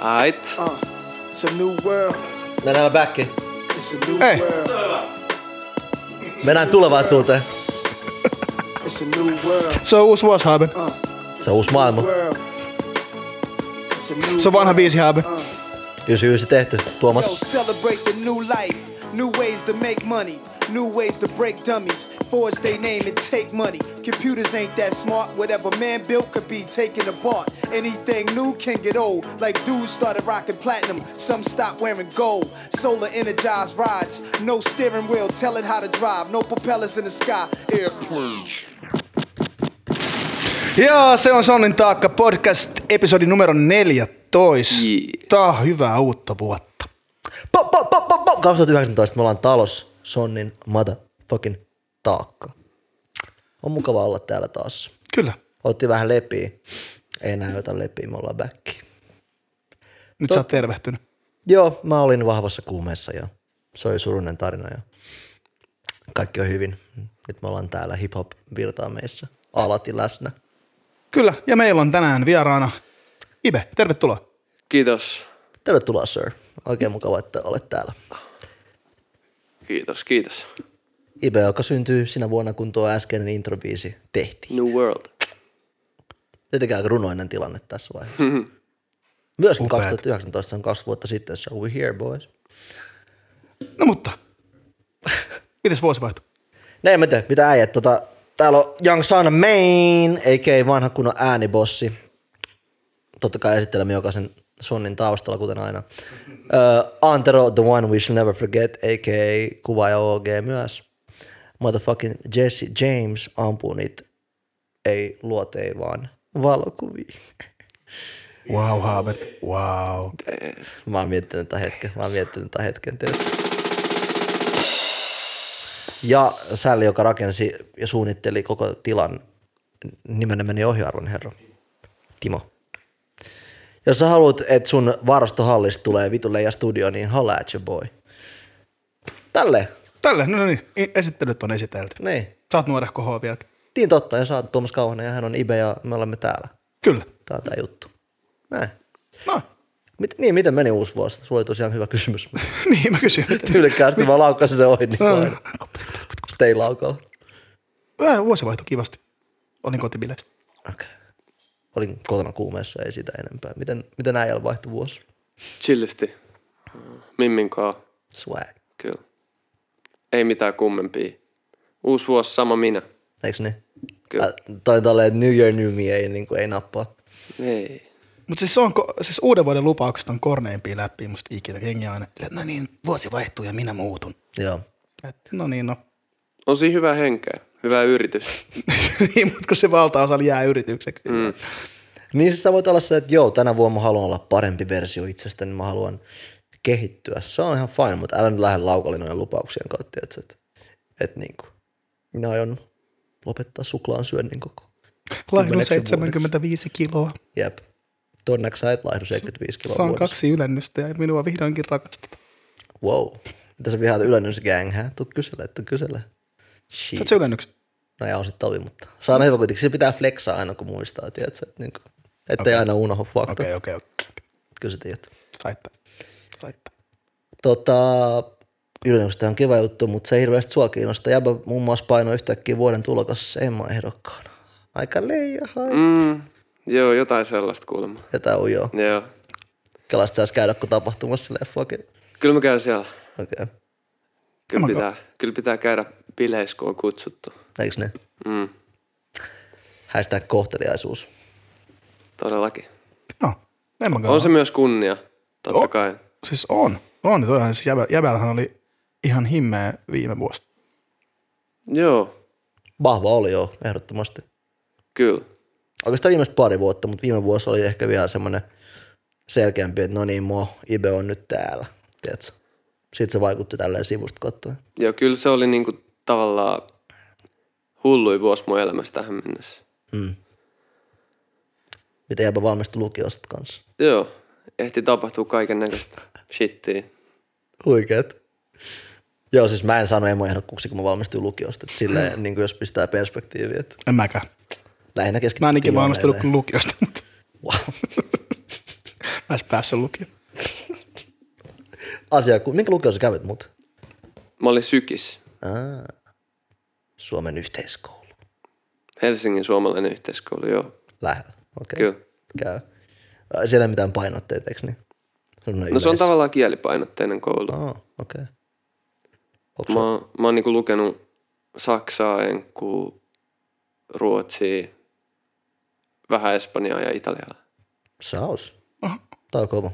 Aight. Uh, it's a new world. Mennään backiin. It's a new Hey. world. Mennään tulevaisuuteen. It's a new world. Se on uusi vuosi, Haaben. Uh, Se on uusi maailma. world. It's a new Se on vanha world. biisi, Haaben. Uh. 99 tehty. Yo, Tuomas. celebrate the new life, new ways to make money, new ways to break dummies, forge they name and take money. Computers ain't that smart, whatever man built could be taken apart. Anything new can get old, like dudes started rocking platinum, some stopped wearing gold. Solar energized rides, no steering wheel, tell it how to drive, no propellers in the sky, airplane. Joo, se on Sonnin taakka podcast, episodi numero 14. Jee. Yeah. Hyvää uutta vuotta. Po, po, po, po, po. 2019 me ollaan talos Sonnin motherfucking taakka. On mukava olla täällä taas. Kyllä. Otti vähän lepiä. Ei enää ota lepiä, me ollaan backiin. Nyt sä oot tervehtynyt. Joo, mä olin vahvassa kuumeessa ja se oli surullinen tarina ja kaikki on hyvin. Nyt me ollaan täällä hip-hop virtaa meissä alati läsnä. Kyllä, ja meillä on tänään vieraana Ibe, tervetuloa. Kiitos. Tervetuloa sir, oikein mukava, että olet täällä. Kiitos, kiitos. Ibe, joka syntyy sinä vuonna, kun tuo äskeinen introbiisi tehtiin. New World. Tietenkään aika runoinen tilanne tässä vaiheessa. Myöskin 2019 on kaksi vuotta sitten, so we here boys. No mutta, mites vuosi vaihtui? No en mä tiedä, mitä äijät. Tota, täällä on Young Sun Main, eikä vanha kunnon äänibossi. Totta kai esittelemme jokaisen sonnin taustalla, kuten aina. Uh, Antero, the one we shall never forget, a.k.a. kuvaaja OG myös. Motherfucking Jesse James ampuu niitä, ei luotei vaan valokuvia. Wow, Haaben, wow. Mä oon miettinyt tämän hetken, mä oon miettinyt tämän hetken tietysti. Ja Sälli, joka rakensi ja suunnitteli koko tilan, nimenne meni ohjaarvon herra, Timo. Jos sä haluat, että sun varastohallista tulee vitulle ja studio, niin holla at your boy. Tälle, Tälle, no niin, i- esittelyt on esitelty. niin. Saat nuorehko hooviakin. Niin totta, ja sä oot Tuomas Kauhanen ja hän on Ibe ja me olemme täällä. Kyllä. Tää on tää juttu. Näin. No, Mit, niin, miten meni uusi vuosi? Sulla oli tosiaan hyvä kysymys. niin mä kysyin. Tyylikkäästi vaan laukkasin sen ohi. Niin kuin Tein laukalla. Vähän vuosi vaihtui kivasti. Olin kotibileissä. Okay. Olin kotona kuumeessa, ei sitä enempää. Miten, miten äijällä vaihtui vuosi? Chillisti. Mm, Mimmin kaa. Swag. Kyllä. Ei mitään kummempia. Uusi vuosi, sama minä. Eiks niin? Kyllä. Ä, Toi tolleen, että New Year, New Me ei, niin kuin, ei nappaa. Ei. Mutta siis, se on, ko- siis uuden vuoden lupaukset on korneimpia läpi musta ikinä. Jengi aina, että no niin, vuosi vaihtuu ja minä muutun. Joo. Et, no niin, no. On siinä hyvä henkeä. Hyvä yritys. niin, mutta kun se valtaosa jää yritykseksi. Mm. Niin siis sä voit olla se, että joo, tänä vuonna mä haluan olla parempi versio itsestäni, mä haluan kehittyä. Se on ihan fine, mutta älä nyt lähde laukalle noiden lupauksien kautta, että et, et niin kuin, minä aion lopettaa suklaan syönnin koko. Laihdun kymmeneksi 75 kiloa. Jep. Tonneksi sä et laihdu 75 kiloa Saan vuodessa. kaksi ylennystä ja minua vihdoinkin rakastetaan. Wow. Mitä sä vihaat ylennysgang, hä? Tuu kysele, tuu kysele. Shit. Saat se ylennyksen? No ja on sit tovi, mutta se on aina hyvä kuitenkin. Se pitää flexaa aina, kun muistaa, tiedätkö? Että niinku, ettei aina unohda fakta. Okay. okei, okei. Kyllä sä tiedät. Saittaa. Saittaa. Tota, ylennykset on kiva juttu, mutta se ei hirveästi sua kiinnosta. Jäbä muun muassa painoi yhtäkkiä vuoden tulokas Emma ehdokkaana. Aika leijahai. Mm. Mm, joo, jotain sellaista kuulemma. Jotain ujoa. Joo. Kelasta saisi käydä, kun tapahtumassa leffuakin. Kyllä mä käyn siellä. Okei. Okay. Kyllä pitää, kyllä pitää käydä bileissä, kun on kutsuttu. Eiks ne? Mm, Hashtag kohteliaisuus. todellakin. Joo, No, en mä On se myös kunnia, totta Joo. kai. Siis on. On, toihan siis jäbä, jäbällähän oli ihan himmeä viime vuosi. Joo, Vahva oli joo, ehdottomasti. kyllä. oikeastaan viimeiset pari vuotta, mutta viime vuosi oli ehkä vielä semmoinen selkeämpi, että no niin, mo, Ibe on nyt täällä, tiedätkö? Sitten se vaikutti tälleen sivusta katsoen. Ja kyllä se oli niinku tavallaan hulluin vuosi mun elämässä tähän mennessä. Mitä jääpä valmistui lukiosta kanssa. Joo, ehti tapahtua kaiken näköistä shittiä. Huikeet. Joo, siis mä en sano emoehdokkuuksi, kun mä valmistuin lukiosta. Että silleen, niin kuin jos pistää perspektiiviä, että En mäkään. lähinnä Mä en keskityttiin ikinä valmistunut jolleille. kuin lukiosta, mutta Wow. Mä päässyt lukio. Asia, kun, minkä lukio sä kävit mut? Mä olin sykis. Suomen yhteiskoulu. Helsingin suomalainen yhteiskoulu, joo. Lähellä. Okei. Kyllä. Käy. Ai, Siellä ei mitään painotteita, eikö niin? No se on tavallaan kielipainotteinen koulu. Oh, okei. Okay. Mä, oon- mä oon niinku lukenut Saksaa, Enkkuu, Ruotsia, vähän Espanjaa ja Italiaa. Saus. Tää on kova.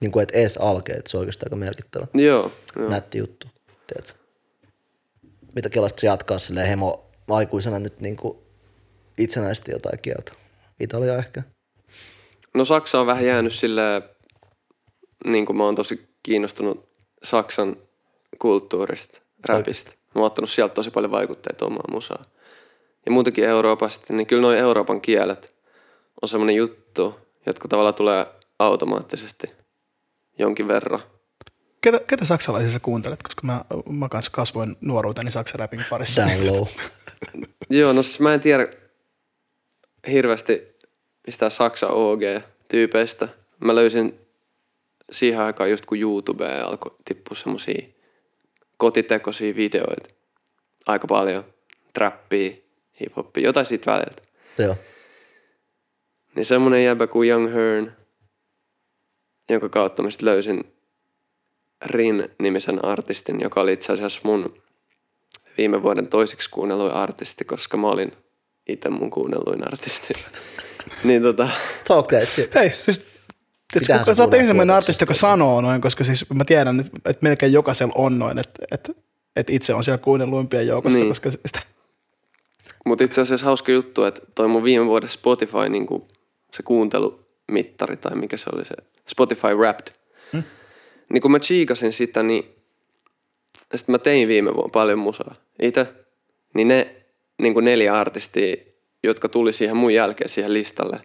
Niin kuin et ees alkee, että se on oikeastaan aika merkittävä. Joo, joo. Nätti juttu, tiedätkö? Mitä kelasit sä jatkaa silleen hemo aikuisena nyt niin kuin itsenäisesti jotain kieltä? Italia ehkä. No Saksa on vähän jäänyt sillä, niin kuin mä oon tosi kiinnostunut Saksan kulttuurista, räpistä. Mä oon ottanut sieltä tosi paljon vaikutteita omaa musaa. Ja muutenkin Euroopasta, niin kyllä noi Euroopan kielet on semmoinen juttu, jotka tavallaan tulee automaattisesti jonkin verran. Ketä, ketä saksalaisia sä kuuntelet? Koska mä, mä kanssa kasvoin nuoruuteni saksaräpin parissa. Down low. Joo, no siis mä en tiedä hirveästi mistään Saksa OG-tyypeistä. Mä löysin siihen aikaan just kun YouTubeen alkoi tippua semmosia kotitekoisia videoita. Aika paljon. Trappia, hiphoppia, jotain siitä väliltä. Joo. Niin semmonen jäbä kuin Young Hearn, jonka kautta mä sit löysin Rin-nimisen artistin, joka oli itse asiassa mun viime vuoden toiseksi kuunnelluin artisti, koska mä olin itse mun kuunnelluin artisti. niin tota, Talk that shit. Ei, siis Pitäähän se Tiedätkö, kun sä oot kuunnella ensimmäinen kuitenkin. artisti, joka sanoo noin, koska siis mä tiedän, että että melkein jokaisella on noin, että, että, että itse on siellä kuunnelluimpien joukossa, Niin. niin. koska sitä, Mutta itse asiassa hauska juttu, että toi mun viime vuoden Spotify, niin kuin se kuuntelumittari tai mikä se oli se, Spotify Wrapped. Hmm? Niin kun mä chiikasin sitä, niin sitten mä tein viime vuonna paljon musaa itse, niin ne niin kuin neljä artistia, jotka tuli siihen mun jälkeen siihen listalle,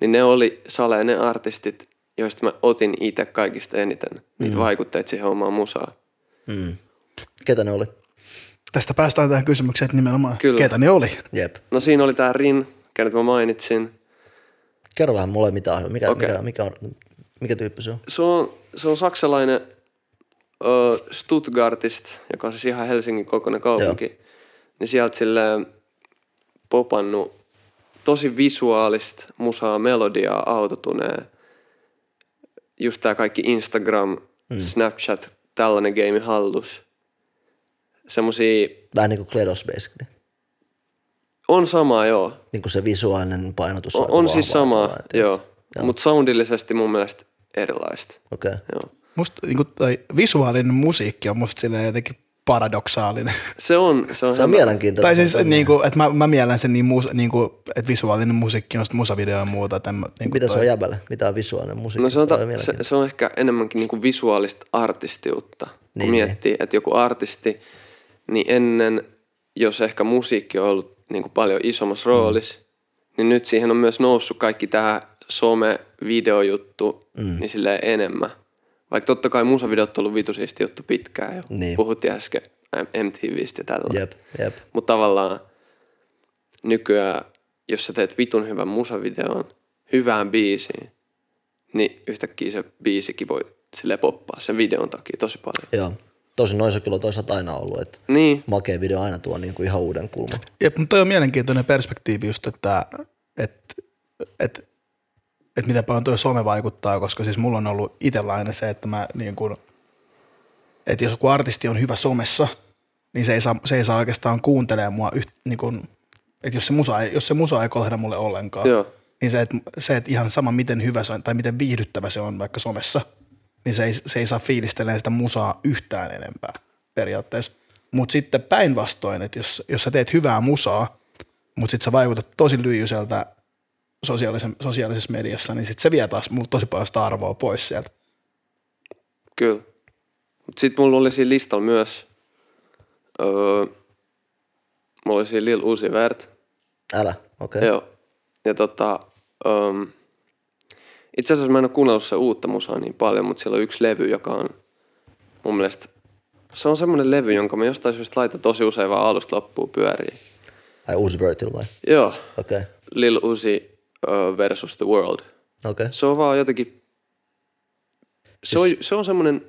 niin ne oli Sale ne artistit, joista mä otin itse kaikista eniten niitä vaikutteita siihen omaan musaan. Mm. Ketä ne oli? tästä päästään tähän kysymykseen, että nimenomaan Kyllä. Kyllä. ketä ne oli. Jep. No siinä oli tää Rin, kenet mä mainitsin. Kerro vähän mulle mitä on. Mikä, Okei. mikä, mikä, on, mikä tyyppi se on? se on, se on saksalainen ö, Stuttgartist, joka on siis ihan Helsingin kokoinen kaupunki. Joo. Niin sieltä silleen popannut tosi visuaalista musaa, melodiaa, autotunee. Just tää kaikki Instagram, mm. Snapchat, tällainen game hallus. Semmosia, Vähän niin kuin Kledos basically. on samaa joo. Niin kuin se visuaalinen painotus. On, aika on siis vahva, samaa, tavallaan, tiedätkö? joo. Mutta soundillisesti mun mielestä erilaista. Okei. Okay. Joo. Musta niin kuin, toi visuaalinen musiikki on musta silleen jotenkin paradoksaalinen. Se on, se on, Se on hämä- mielenkiintoista. tai siis, niin kuin, että mä, mä miellän sen niin, muus, niin kuin, että visuaalinen musiikki on sit musavideo ja muuta. Että en mä, niin kuin Mitä se toi- on jäbälle? Mitä on visuaalinen musiikki? No se on, ta- Toi oli se, mielenkiintoista. se on ehkä enemmänkin niinku visuaalista artistiutta. Niin, Niin, kun miettii, niin. että joku artisti, niin ennen, jos ehkä musiikki on ollut niinku paljon Mm. isommassa roolissa, niin nyt siihen on myös noussut kaikki tämä some-videojuttu mm. niin silleen enemmän. Vaikka totta kai musavideot on ollut vitusiisti juttu pitkään jo. Niin. Puhuttiin äsken MTVstä ja tällä. Jep, jep. Mutta tavallaan nykyään, jos sä teet vitun hyvän musavideon, hyvään biisiin, niin yhtäkkiä se biisikin voi sille poppaa sen videon takia tosi paljon. Joo. Tosin noissa kyllä on toisaalta aina ollut, että Niin, makea video aina tuo niin kuin ihan uuden kulman. Jep, mutta toi on mielenkiintoinen perspektiivi just, että et, et, et miten paljon tuo some vaikuttaa, koska siis mulla on ollut itsellä aina se, että mä niin kun, et jos joku artisti on hyvä somessa, niin se ei saa, se ei saa oikeastaan kuuntelemaan mua yht, niin kun, et jos se musa ei, jos se musa ei kolhda mulle ollenkaan, Joo. niin se, että se, et ihan sama miten hyvä se on tai miten viihdyttävä se on vaikka somessa, niin se ei, se ei saa fiilistelemään sitä musaa yhtään enempää periaatteessa. Mutta sitten päinvastoin, että jos, jos sä teet hyvää musaa, mutta sitten sä vaikutat tosi lyijyseltä sosiaalisen, sosiaalisessa mediassa, niin sitten se vie taas mulla tosi paljon sitä arvoa pois sieltä. kyllä. Mutta sitten mulla oli siinä listalla myös, öö, mulla oli siinä Lil Uzi Vert, Älä, okei. Joo. Ja tota, um, itse asiassa mä en ole kuunnellut sitä uutta musaa niin paljon, mutta siellä on yksi levy, joka on mun mielestä, se on semmoinen levy, jonka mä jostain syystä laitan tosi usein vaan alusta loppuun pyöriin. Ai uusi Vertil vai? Joo, Okei, Lil Uzi uh, versus The World. okei. Se on vaan jotenkin Se on, se on semmoinen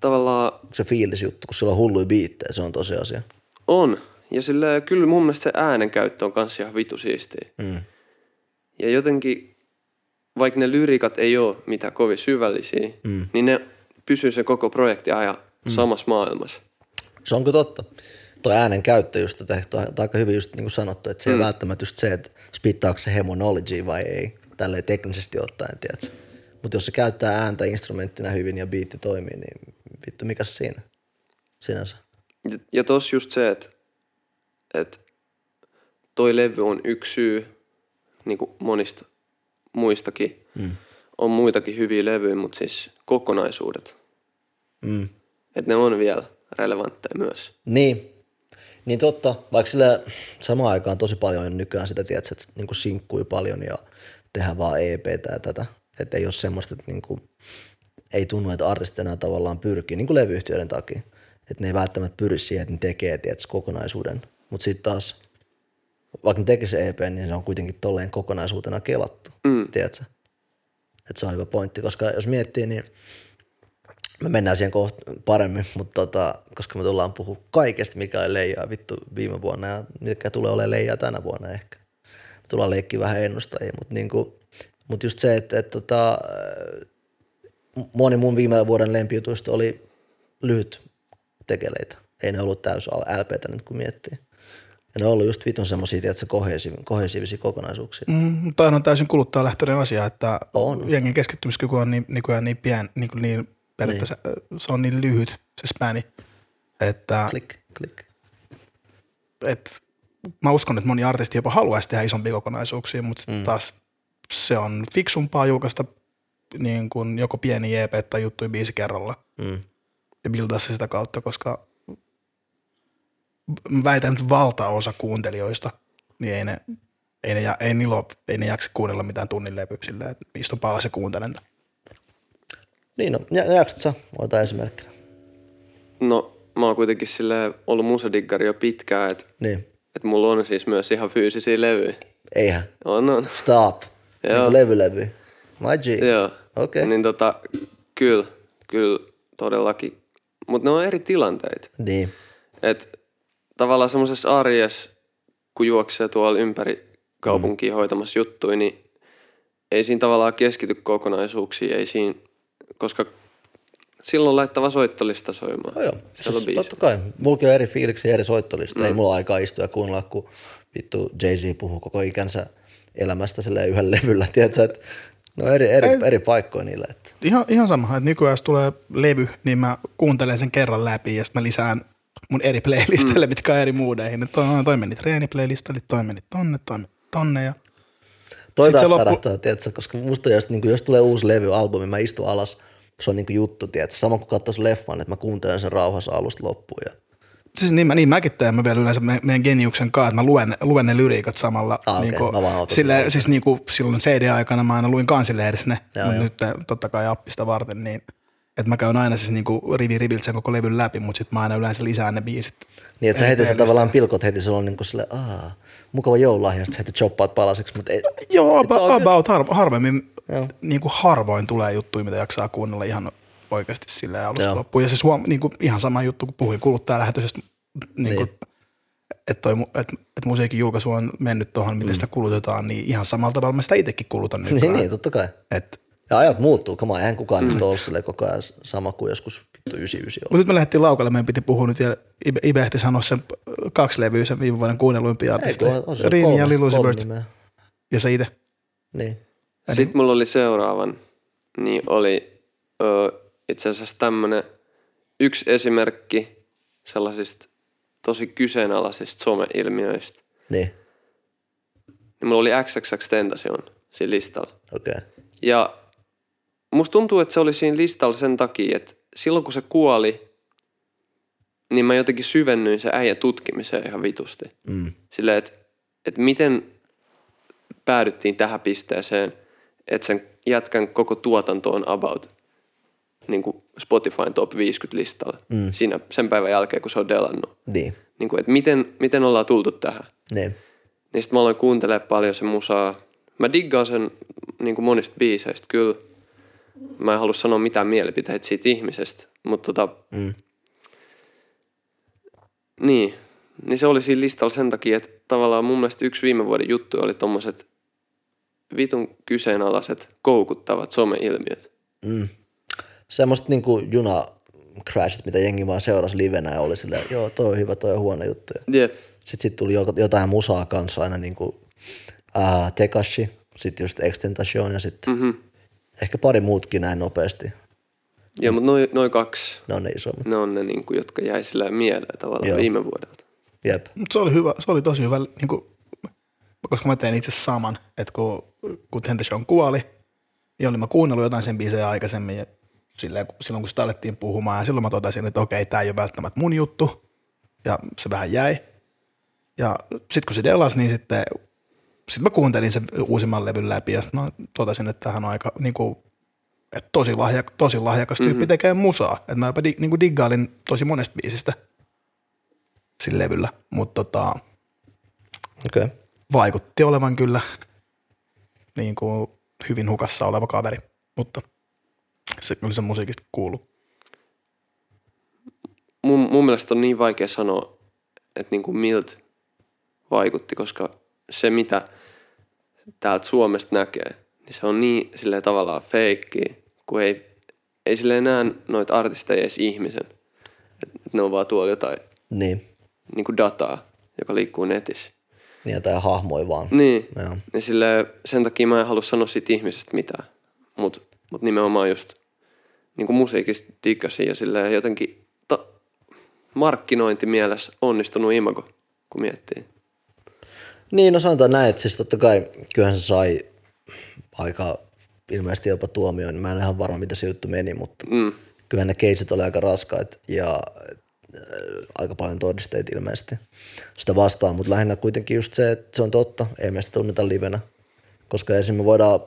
tavallaan se fiilisjuttu, kun sillä on hulluja biittejä, se on tosiasia. On. Ja sillä kyllä mun mielestä se äänenkäyttö on kans ihan vitu siistiä. Mm. Ja jotenkin, vaikka ne lyrikat ei ole mitään kovin syvällisiä, mm. niin ne pysyy se koko projekti ajan mm. samassa maailmassa. Se on kyllä totta. Tuo äänen käyttö just, että toi- toi aika hyvin just niin kuin sanottu, että se ei mm. välttämättä just se, että spittaako se hemonology vai ei, tälleen teknisesti ottaen, tiedätkö. Mutta jos se käyttää ääntä instrumenttina hyvin ja biitti toimii, niin vittu, mikä siinä sinänsä. Ja, ja tos just se, että et toi levy on yksi syy niin monista muistakin. Mm. On muitakin hyviä levyjä, mutta siis kokonaisuudet. Mm. Että ne on vielä relevantteja myös. Niin. Niin totta, vaikka sillä samaan aikaan tosi paljon on nykyään sitä, tiedätkö, että niin sinkkui paljon ja tehdään vaan EPtä ja tätä. Että ei ole semmoista, että niin kuin, ei tunnu, että artistit enää tavallaan pyrkii, niin kuin levyyhtiöiden takia. Että ne ei välttämättä pyri siihen, että ne tekee tiedätkö, kokonaisuuden. Mutta sitten taas, vaikka ne tekisi EP, niin se on kuitenkin tolleen kokonaisuutena kelattu, mm. tiedätkö? Et se on hyvä pointti, koska jos miettii, niin me mennään siihen kohta paremmin, mutta tota, koska me tullaan puhua kaikesta, mikä ei leijaa vittu viime vuonna ja mikä tulee olemaan leijaa tänä vuonna ehkä. Me tullaan leikkiä vähän ennustajia, mutta niinku, mut just se, että et, tota, äh, moni mun viime vuoden lempijutuista oli lyhyt tekeleitä. Ei ne ollut täys LPtä nyt kun miettii. Ja ne on ollut just vitun semmosia, tiedätkö, kohesiiv- kohesiivisia kokonaisuuksia. Mm. Mm, Tämä on täysin kuluttajalähtöinen asia, että On. on. jengin keskittymiskyky on niin, nykyään niin pian, niin, kuin niin periaatteessa niin. se on niin lyhyt se späni, että Klik, klik. et, mä uskon, että moni artisti jopa haluaisi tehdä isompia kokonaisuuksia, mutta mm. taas se on fiksumpaa julkaista niin kuin joko pieni EP tai juttu biisi kerralla Mm. ja bildaa se sitä kautta, koska mä väitän, että valtaosa kuuntelijoista, niin ei ne, ei ne, ja- ei niillä ole, ei ne jaksa kuunnella mitään tunnin levyä silleen, että istun alas ja kuuntelen. tämän. Niin on. Ja, jaksat sä? Ota esimerkkinä. No, mä oon kuitenkin sille ollut musadiggari jo pitkään, että Niin. et mulla on siis myös ihan fyysisiä levyjä. Eihän. On, on. Stop. Joo. Joo. Niin levy, levy. My G. Joo. Okei. Niin tota, kyllä, kyllä todellakin. Mutta ne on eri tilanteita. Niin. Et tavallaan semmoisessa arjessa, kun juoksee tuolla ympäri kaupunkia mm. hoitamassa juttuja, niin ei siinä tavallaan keskity kokonaisuuksiin, ei siinä, koska silloin laittava soittolista soimaan. No joo. Siellä on Siis, biisi. totta kai. Mullakin on eri fiiliksi eri soittolista. Mm. Ei mulla aikaa istua ja kuunnella, kun vittu Jay-Z puhuu koko ikänsä elämästä sille yhden levyllä. Tiedätkö, että ne on eri, eri, eri paikkoja niillä. Että. Ihan, ihan sama, että nykyään jos tulee levy, niin mä kuuntelen sen kerran läpi ja sitten mä lisään mun eri playlisteille, mm. mitkä on eri muudeihin. Että toi, toi meni treeniplaylistalle, toi meni tonne, toi meni tonne ja Toi Sit se taas loppu- loppu... tiedätkö, koska musta jos, niin jos tulee uusi levy, albumi, mä istun alas, se on niin kuin juttu, tiedätkö. Sama kuin katsoisi leffan, että mä kuuntelen sen rauhassa alusta loppuun. Ja... Siis niin, mä, niin mäkin teen, mä vielä yleensä me- meidän geniuksen kanssa, että mä luen, luen ne lyriikat samalla. Ah, okei, niinku, mä vaan otan sille, sen. siis niin kuin silloin CD-aikana mä aina luin kansilehdessä ne, Joo, mutta joo. nyt eh, totta kai appista varten, niin että mä käyn aina siis niinku rivi riviltä sen koko levyn läpi, mutta sitten mä aina yleensä lisään ne biisit. Niin, että sä heti sä Erityisesti. tavallaan pilkot heti, sulla on niin kuin sille, aa, mukava joululahja, sitten heti choppaat palasiksi, mutta ei, Joo, It's all about, good. about har, harvemmin, Joo. niinku harvoin tulee juttuja, mitä jaksaa kuunnella ihan oikeasti silleen Joo. alusta loppuun. Ja siis huom, niinku, ihan sama juttu, kun puhuin kuluttajalähetöisestä, niinku, Niin. niin. että toi, mu- et, et musiikin julkaisu on mennyt tuohon, miten mm. sitä kulutetaan, niin ihan samalla tavalla mä sitä itsekin kulutan nykyään. niin, niin, totta kai. Et, Ja ajat muuttuu, kama, eihän kukaan nyt ole silleen koko ajan sama kuin joskus vittu 99 oli. mutta nyt me lähdettiin laukalle, meidän piti puhua nyt vielä, Ibe, Ibe ehti sanoa sen kaksi levyä, sen viime vuoden kuunnelluimpia Ei, kun artisteja. on- on siellä Rini kolme- ja Lil Uzi kolme Vert nimeä. ja se itse. Niin. Sitten mulla oli seuraavan, niin oli ö, itse asiassa tämmönen yksi esimerkki sellaisista tosi kyseenalaisista someilmiöistä. Niin, Niin mulla oli XXX Tentacion siinä listalla. okei. Okay. Ja musta tuntuu, että se oli siinä listalla sen takia, että silloin kun se kuoli, niin mä jotenkin syvennyin se äijä tutkimiseen ihan vitusti. Mm. Silleen, että, että miten päädyttiin tähän pisteeseen, että sen jätkän koko tuotanto on about niin kuin Spotifyn top 50 listalla mm. siinä sen päivän jälkeen, kun se on delannut. Niin, Niin kuin, että miten, miten ollaan tultu tähän. niin. Niin sit mä aloin kuuntelemaan paljon sen musaa. Mä diggaan sen niin kuin monista biiseistä kyllä. Mä en halua sanoa mitään mielipiteitä siitä ihmisestä, mutta tota... Mm. Niin, niin se oli siinä listalla sen takia, että tavallaan mun mielestä yksi viime vuoden juttu oli tommoset vitun kyseenalaiset koukuttavat someilmiöt. Semmoiset niinku juna crashit, mitä jengi vaan seurasi livenä ja oli silleen, joo, toi on hyvä, toi on huono juttu. Ja Jep. Sitten sit tuli joko- jotain musaa kanssa aina niinku ää, Tekashi, sitten just Extentation ja sitten mm-hmm. ehkä pari muutkin näin nopeasti. Joo, mutta noin noi kaksi, Ne on ne isommat. ne on ne, niinku, jotka jäi sillä mieleen tavallaan Joo. viime vuodelta. Jep. Mut se oli, hyvä, se oli tosi hyvä, niin kuin, koska mä tein itse saman, että kun, kun Tentation kuoli, niin olin mä kuunnellut jotain sen biisejä aikaisemmin ja silleen, kun- silloin kun sitä alettiin puhumaan ja silloin mä totesin, että okei, tämä ei ole välttämättä mun juttu ja se vähän jäi. Ja sitten kun se delas, niin sitten sit mä kuuntelin sen uusimman levyn läpi ja sit mä totesin, että tämähän on aika niin kuin, että tosi, lahja, tosi lahjakas tyyppi mm-hmm. tekee musaa. Että mä jopa di, niin kuin diggailin tosi monesta biisistä sillä levyllä, mutta tota, Okei. Okay. vaikutti olevan kyllä niin kuin hyvin hukassa oleva kaveri, mutta se kyllä se musiikista kuuluu. mun, mun mielestä on niin vaikea sanoa, että niin kuin miltä vaikutti, koska se mitä täältä Suomesta näkee, niin se on niin silleen tavallaan feikki, kun ei, ei silleen näe noita artisteja edes ihmisen. Et, et ne on vaan tuolla jotain Niin. niin kuin dataa, joka liikkuu netissä. Niin jotain hahmoja vaan. Niin, Joo. niin silleen, sen takia mä en halua sanoa siitä ihmisestä mitään, mutta mut nimenomaan just niin kuin musiikista diggasin ja silleen jotenkin ta- markkinointimielessä onnistunut imago, kun miettii. Niin, no sanotaan näin, että siis totta kai kyllähän se sai aika ilmeisesti jopa tuomioon. niin Mä en ihan varma, mitä se juttu meni, mutta mm. kyllähän ne keisit oli aika raskaat ja äh, aika paljon todisteet ilmeisesti sitä vastaan. Mutta lähinnä kuitenkin just se, että se on totta, ei meistä tunneta livenä. Koska esim. me voidaan,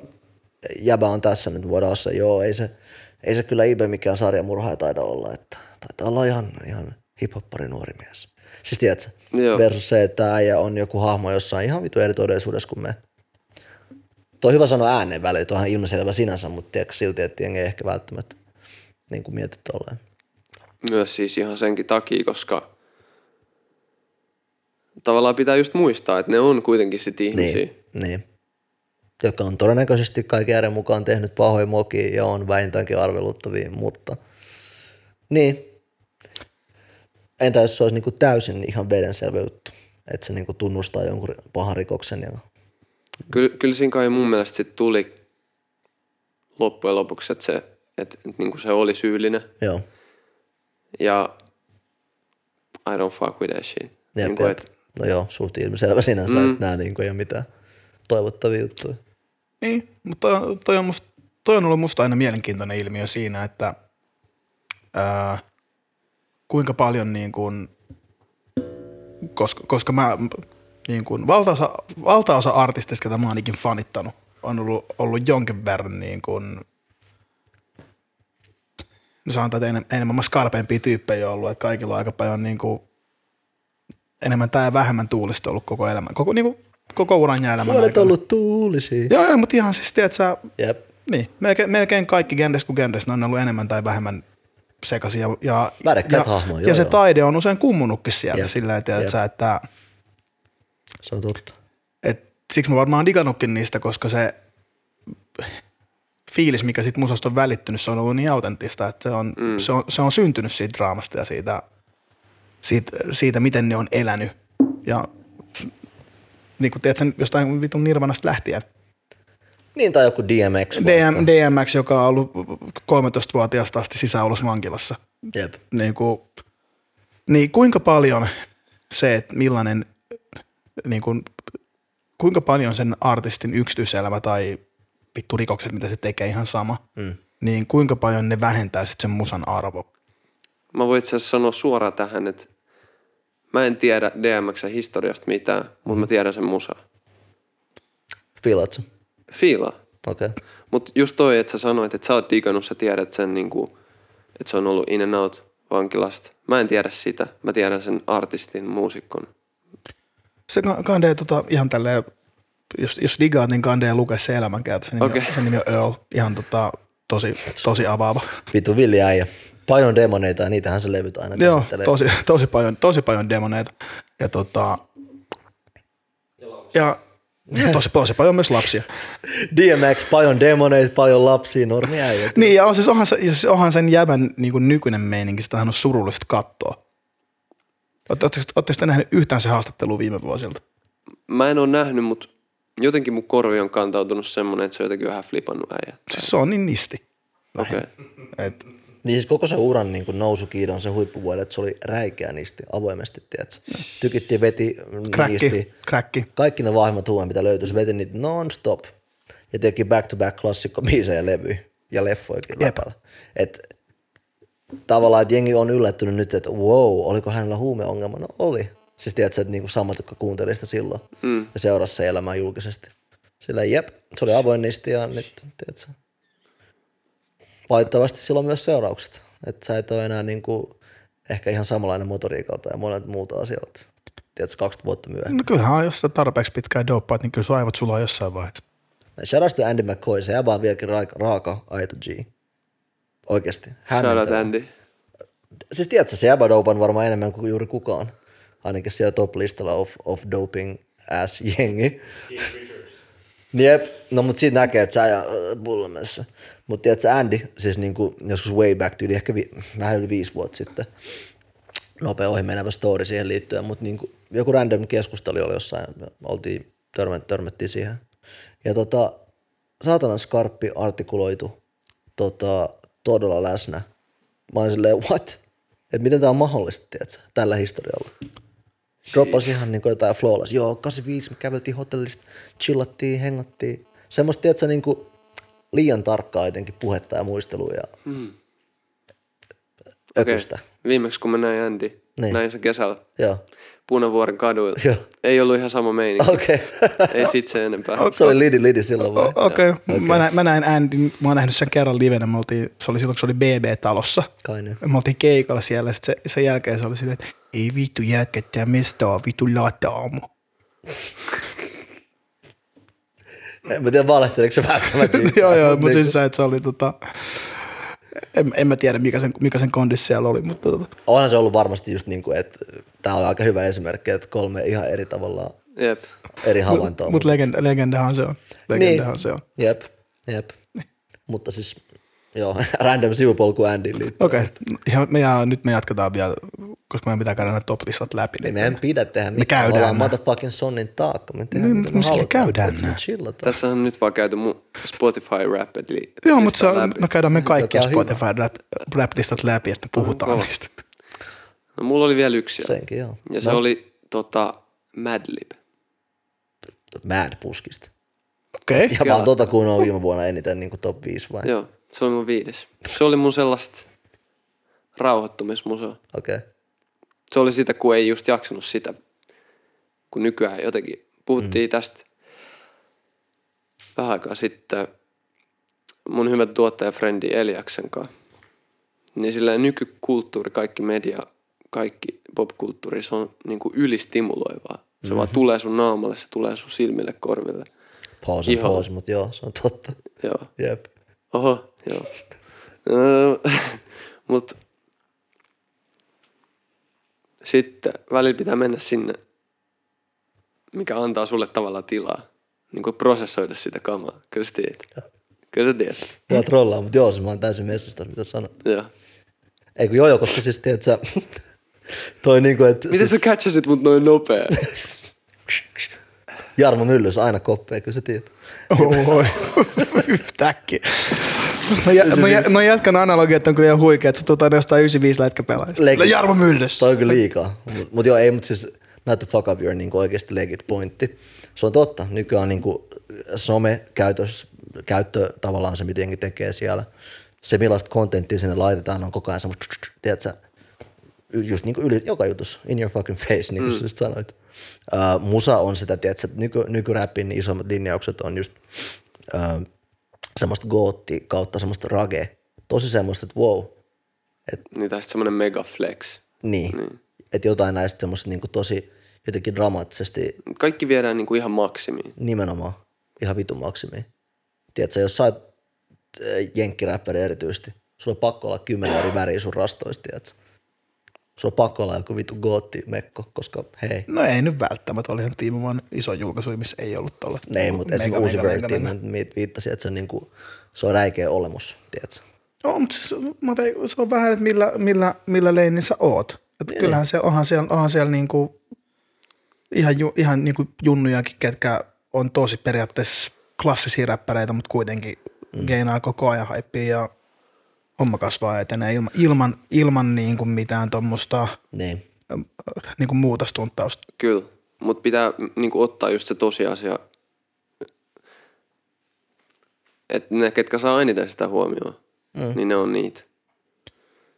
jäbä on tässä nyt, voidaan olla se, joo, ei se, ei se kyllä Ibe mikään sarjamurhaaja taida olla, että taitaa olla ihan, ihan hiphoppari nuori mies. Siis tiedätkö, Joo. versus se, että tämä äijä on joku hahmo jossain ihan vitu eri todellisuudessa kuin me. Tuo on hyvä sanoa ääneen väliin, tuo on ihan ilmiselvä sinänsä, mutta tiedätkö, silti, että jengi ei ehkä välttämättä niin kuin mietit tolleen. Myös siis ihan senkin takia, koska tavallaan pitää just muistaa, että ne on kuitenkin sit ihmisiä. Niin. Niin, niin. Joka on todennäköisesti kaiken järjen mukaan tehnyt pahoja mokia ja on vähintäänkin arveluttavia, mutta niin. Entä jos se olisi niinku täysin ihan vedenselvä juttu, että se niinku tunnustaa jonkun ri- pahan rikoksen ja Kyllä, kyllä siinä kai mun mielestä sit tuli loppujen lopuksi, että se, että, niin se oli syyllinen. joo. Ja I don't fuck with that shit. Jep, Niin niin kuin, jep. et, No joo, suht ilmiselvä sinänsä, mm. että nämä niinku ei ole mitään toivottavia juttuja. Niin, mutta toi, on- toi, on must, toi on ollut musta aina mielenkiintoinen ilmiö siinä, että ää, kuinka paljon niin kuin, koska, koska mä niin kuin, valtaosa, valtaosa artisteista, ketä mä oon ikin fanittanut, on ollut, ollut jonkin verran niin kuin, no sanotaan, että enem- enemmän skarpeampia tyyppejä on ollut, että kaikilla on aika paljon niin kuin, enemmän tai vähemmän tuulista ollut koko elämä, koko, niin kuin, koko uran ja elämän Olet aikana. ollut tuulisia. Joo, joo, mutta ihan siis, tiedät sä, Jep. niin, melkein, melkein kaikki genres kuin genres, ne on ollut enemmän tai vähemmän sekaisin. Ja, ja, Värikkäät ja, hahmoja, ja joo, se joo. taide on usein kummunutkin sieltä Jep, Jep. sillä tavalla, jep. tiedät sä, että Se on totta. et, siksi mä varmaan digannutkin niistä, koska se fiilis, mikä siitä musasta on välittynyt, se on ollut niin autenttista, että se on, mm. se on, se on syntynyt siitä draamasta ja siitä, siitä, siitä miten ne on elänyt. Ja niin kuin tiedät sen jostain vitun Nirvanasta lähtien, Niin tai joku DMX. DM, DMX, joka on ollut 13-vuotiaasta asti sisäolossa vankilassa. Jep. Niin, kuin, niin kuinka paljon se, että millainen, niin kuin, kuinka paljon sen artistin yksityiselämä tai vittu rikokset, mitä se tekee, ihan sama, mm. niin kuinka paljon ne vähentää sitten sen musan arvo. mä voin itse asiassa sanoa suoraan tähän, että mä en tiedä DMXn historiasta mitään, mutta Mhm. mä tiedän sen musa. Fiilatko? Fiila. Okei. Okay. Mutta just toi, että sä sanoit, että sä oot digannut, sä tiedät sen niinku, että se on ollut in and out vankilasta. Mä en tiedä sitä. Mä tiedän sen artistin, muusikon. Se ka- kandee tota, ihan tälleen, jos, jos digaat, niin kandee lukee se elämänkäytö. Sen, nimi Okei. on- sen nimi on Earl. Ihan tota, tosi, tosi avaava. Vitu villi äijä. Paljon demoneita ja niitähän se levyt aina Joo, käsittelee. tosi, tosi, paljon, tosi paljon demoneita. Ja, tota, ja tosi, tosi paljon myös lapsia. DMX, paljon demoneita, paljon lapsia, normi äijä. Niin, ja on siis onhan, se, ja siis onhan sen jävän niin kuin nykyinen meininki, sitähän on surullista katsoa. Oletteko ootteko te nähneet yhtään se haastattelu viime vuosilta? Mä en ole nähnyt, mutta jotenkin mun korvi on kantautunut semmonen, että se on jotenkin vähän flipannut äijä. Siis se on niin nisti. Okei. Okay. Et, Niin siis koko se uran niin kuin nousukiidon sen huippuvuodet, se oli räikeä niisti avoimesti, tiedätkö? Tykitti, veti, niisti. kräkki, kräkki. Kaikki ne vahvimmat huumeet, mitä löytyi, se veti niitä non-stop. Ja teki back-to-back klassikkobiisejä ja levyjä ja leffoikin Jep. läpällä. Et tavallaan, että jengi on yllättynyt nyt, että wow, oliko hänellä huumeongelma? No oli. Siis tiedätkö, että niinku samat, jotka kuunteli sitä silloin mm. ja seurasi se elämää julkisesti. Sillä jep, se oli avoin niisti ja nyt, tiedätkö, valitettavasti sillä on myös seuraukset. Että sä et ole enää niinku, ehkä ihan samanlainen motoriikalta ja monet muuta asioita. Tiedätkö, 20 vuotta myöhemmin. No kyllähän jos sä tarpeeksi pitkään dopaat, niin kyllä sun aivot sulaa jossain vaiheessa. Shoutouts to Andy McCoy, se jäbä on vieläkin raaka, raaka aito G. Oikeesti. Shout out Hämmentävä. Andy. Siis tiedätkö, se jäbä dopan varmaan enemmän kuin juuri kukaan. Ainakin siellä top-listalla of, of doping ass jengi. Niin Jep, no mut siitä näkee, että sä ja äh, pullamessa. Mut tiedätkö, Andy, siis niinku joskus way back tyyli, ehkä vi, vähän yli viisi vuotta sitten, nopea ohi menevä story siihen liittyen, mutta niin joku random keskustelu oli jossain, me oltiin, törmä, törmättiin siihen. Ja tota, saatanan skarppi artikuloitu tota, todella läsnä. Mä olin silleen, what? Et miten tää on mahdollista, tiedätkö, tällä historialla? Droppasi ihan niin jotain flawless. Joo, 85 me käveltiin hotellista, chillattiin, hengattiin. Semmoista, tiedätkö, niin kuin liian tarkkaa jotenkin puhetta ja muistelua ja mm. Okei. ökystä. Viimeksi kun mä näin Andy, Niin. niin. näin se kesällä Joo, Punavuoren kaduilla. Joo. Ei ollut ihan sama meininki. okei. Ei sit se enempää. Se oli lidi lidi silloin vai? Okei, okay. mä, näin, mä näin Andyn, mä oon nähnyt sen kerran livenä, me oltiin, se oli silloin, kun se oli BB-talossa. Kai niin. Me oltiin keikalla siellä, ja sit se, sen jälkeen se oli silleen, että ei vittu jälkeen, tää mistä on vittu lataamo. En mä tiedä valehteleeko se välttämättä. joo, joo, mutta Niin- siis se, että se oli tota, en, en mä tiedä mikä sen, mikä sen kondis siellä oli, mutta tota, Onhan se ollut varmasti just niin kuin, että tämä on aika hyvä esimerkki, että kolme ihan eri tavalla Jep. eri havaintoa. mut legenda, legendahan se on. Legendahan niin. se on. Jep, jep. Mutta siis, joo, random sivupolku Andyin liittyen. Okei, okay. me, jää- nyt me jatketaan vielä, koska meidän pitää käydä nämä top-listat läpi. Ei Niin meidän pidä tehdä mitään. käydään Ollaan nää. motherfucking sonnin taakka. Me tehdään, mitä me sillä halutaan. käydään Let's nää. chillataan. Tässä on nyt vaan käyty mun Spotify Rapidly. Joo, mutta se on, me käydään me Mikä kaikki on hyvä. Spotify-rap-listat läpi, että puhutaan Kova. niistä. No, mulla oli vielä yksi. siellä. Senkin, joo. Ja se No. oli tota, Madlib. Mad puskista. Okei. Okay. Ja vaan tota kun on viime vuonna eniten niin kuin top 5 vai? Joo, se oli mun viides. Se oli mun sellaista rauhoittumismusoa. Okei. Okay. Se oli sitä, kun ei just jaksanut sitä. Kun nykyään jotenkin puhuttiin mm. tästä vähän aikaa sitten mun hyvä tuottajafrendi Eliaksen kanssa. Niin sillä nykykulttuuri, kaikki media, kaikki popkulttuuri, se on niinku ylistimuloivaa. Se mm-hmm. vaan tulee sun naamalle, se tulee sun silmille, korville. Pause and Ihan. pause, mutta joo, se on totta. Joo. Jep. Oho, joo. Öö, Mutta sitten välillä pitää mennä sinne, mikä antaa sulle tavallaan tilaa. Niin kuin prosessoida sitä kamaa. Kyllä sä tiedät. Kyllä sä tiedät. Mua trollaa, mutta joo, siis mä oon täysin messissä, mitä sanot. Joo. Ei kun joo, koska siis tiedät sä, toi niinku, että Miten siis sä catchasit mut noin nopea? Jarmo Myllys aina koppeja, kyllä sä tiedät. Oi, yhtäkkiä. No, jä, no, jä, no jatkan analogiat on kyllä ihan huikea, että sä tuut aina jostain 95 lätkäpelaajista. Legit. No, Jarmo Myllys. Toi on kyllä liikaa. Mut, mut joo, ei, mut siis not to fuck up your niinku oikeesti legit pointti. Se on totta. Nykyään niinku somekäytös, käyttö tavallaan se, mitä jengi tekee siellä. Se, millaista kontenttia sinne laitetaan, on koko ajan semmoista, tiedätkö, just niinku yli, joka jutus, in your fucking face, niin kuin mm. sä just sanoit. Uh, musa on sitä, tiedätkö, nyky, nykyräppin isommat linjaukset on just uh, semmoista gootti kautta semmoista rage. Tosi semmoista, että wow, niin tästä semmonen mega flex. niin. niin. Että jotain näistä semmoista niin tosi jotenkin dramaattisesti Kaikki viedään niinku ihan maksimiin. nimenomaan ihan vitun maksimiin. Tiedätkö, jos sä oot äh, jenkkiräppäri erityisesti. Sulla on pakko olla kymmenen eri väriä sun rastoista, tiedätkö? Sulla on pakko olla joku vitu gootti mekko, koska hei. No ei nyt välttämättä, olihan viime vuonna iso julkaisu, missä ei ollut tuolla. Ei, mutta esimerkiksi uusi Verity, mä nyt viittasin, että se on, niinku, se on räikeä olemus, tiedätkö? No, mutta siis, mä tein, se on vähän, että millä, millä, millä leinin sä oot. Niin. Että kyllähän se, onhan siellä, onhan siellä niinku, ihan, ju, ihan niinku junnujakin, ketkä on tosi periaatteessa klassisia räppäreitä, mutta kuitenkin mm. geinaa koko ajan hypeä ja homma kasvaa ja etenee ilman, ilman, ilman niinku mitään tuommoista Niin. niinku muutostunttausta. Kyllä, mutta pitää mm, niinku, ottaa just se tosiasia, että ne, ketkä saa eniten sitä huomioon, mm. niin ne on niitä.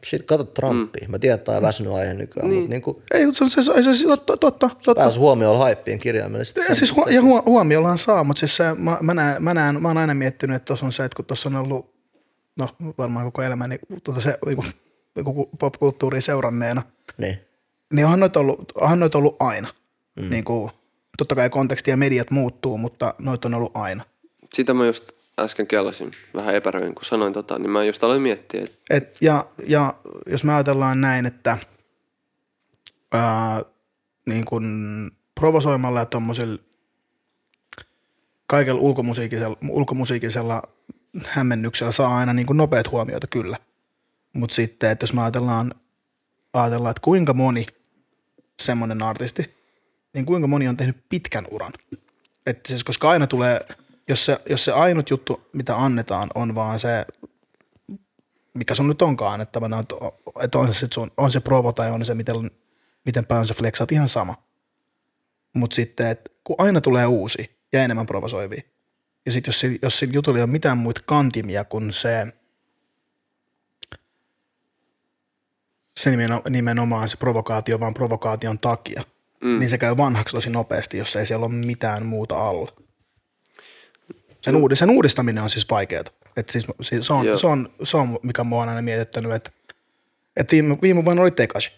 Sitten kato Trumpia. Mä tiedän, että tää on väsynyt aihe nykyään, Mm. niin. mutta niinku, Ei, mutta se on se, se, se, se totta, totta, totta. pääs huomioon haippiin kirjaimellisesti. Ja, siis huo, ja huo, huomiollahan saa, mutta siis se, mä, mä, näen, mä, näen, mä oon aina miettinyt, että tuossa on se, että kun tuossa on ollut, no varmaan koko elämäni tuota se, niinku, niinku popkulttuuria seuranneena, Niin. niin onhan noita ollut, onhan noita ollut aina. Mm. Niin kuin, totta kai konteksti ja mediat muuttuu, mutta noita on ollut aina. Sitä mä just äsken kelasin vähän epäröin, kun sanoin tota, niin mä just aloin miettiä, että Et, ja, ja jos me ajatellaan näin, että ää, niin kun provosoimalla ja tuommoisella kaikella ulkomusiikisella, ulkomusiikisella hämmennyksellä saa aina niin kuin nopeat huomioita kyllä. Mutta sitten, että jos me ajatellaan, ajatellaan, että kuinka moni semmoinen artisti, niin kuinka moni on tehnyt pitkän uran. Et siis, koska aina tulee, jos se, jos se ainut juttu, mitä annetaan, on vaan se mikä sun nyt onkaan annettavana, että on- että on se, sit sun, on se provo tai on se, miten, miten paljon sä flexaat, ihan sama. Mutta sitten, että kun aina tulee uusi ja enemmän provosoivia, ja sitten jos, sillä- jos sillä jutulla ei ole mitään muita kantimia kuin se, se nimeno- nimenomaan se provokaatio vaan provokaation takia, mm. niin se käy vanhaksi tosi nopeasti, jos ei siellä ole mitään muuta alla. Sen, uud- sen uudistaminen on siis vaikeaa. Et siis, siis se, on, Joo. se, on, se on, mikä mua on aina mietittänyt, että et viime, viime vuonna oli Tekashi.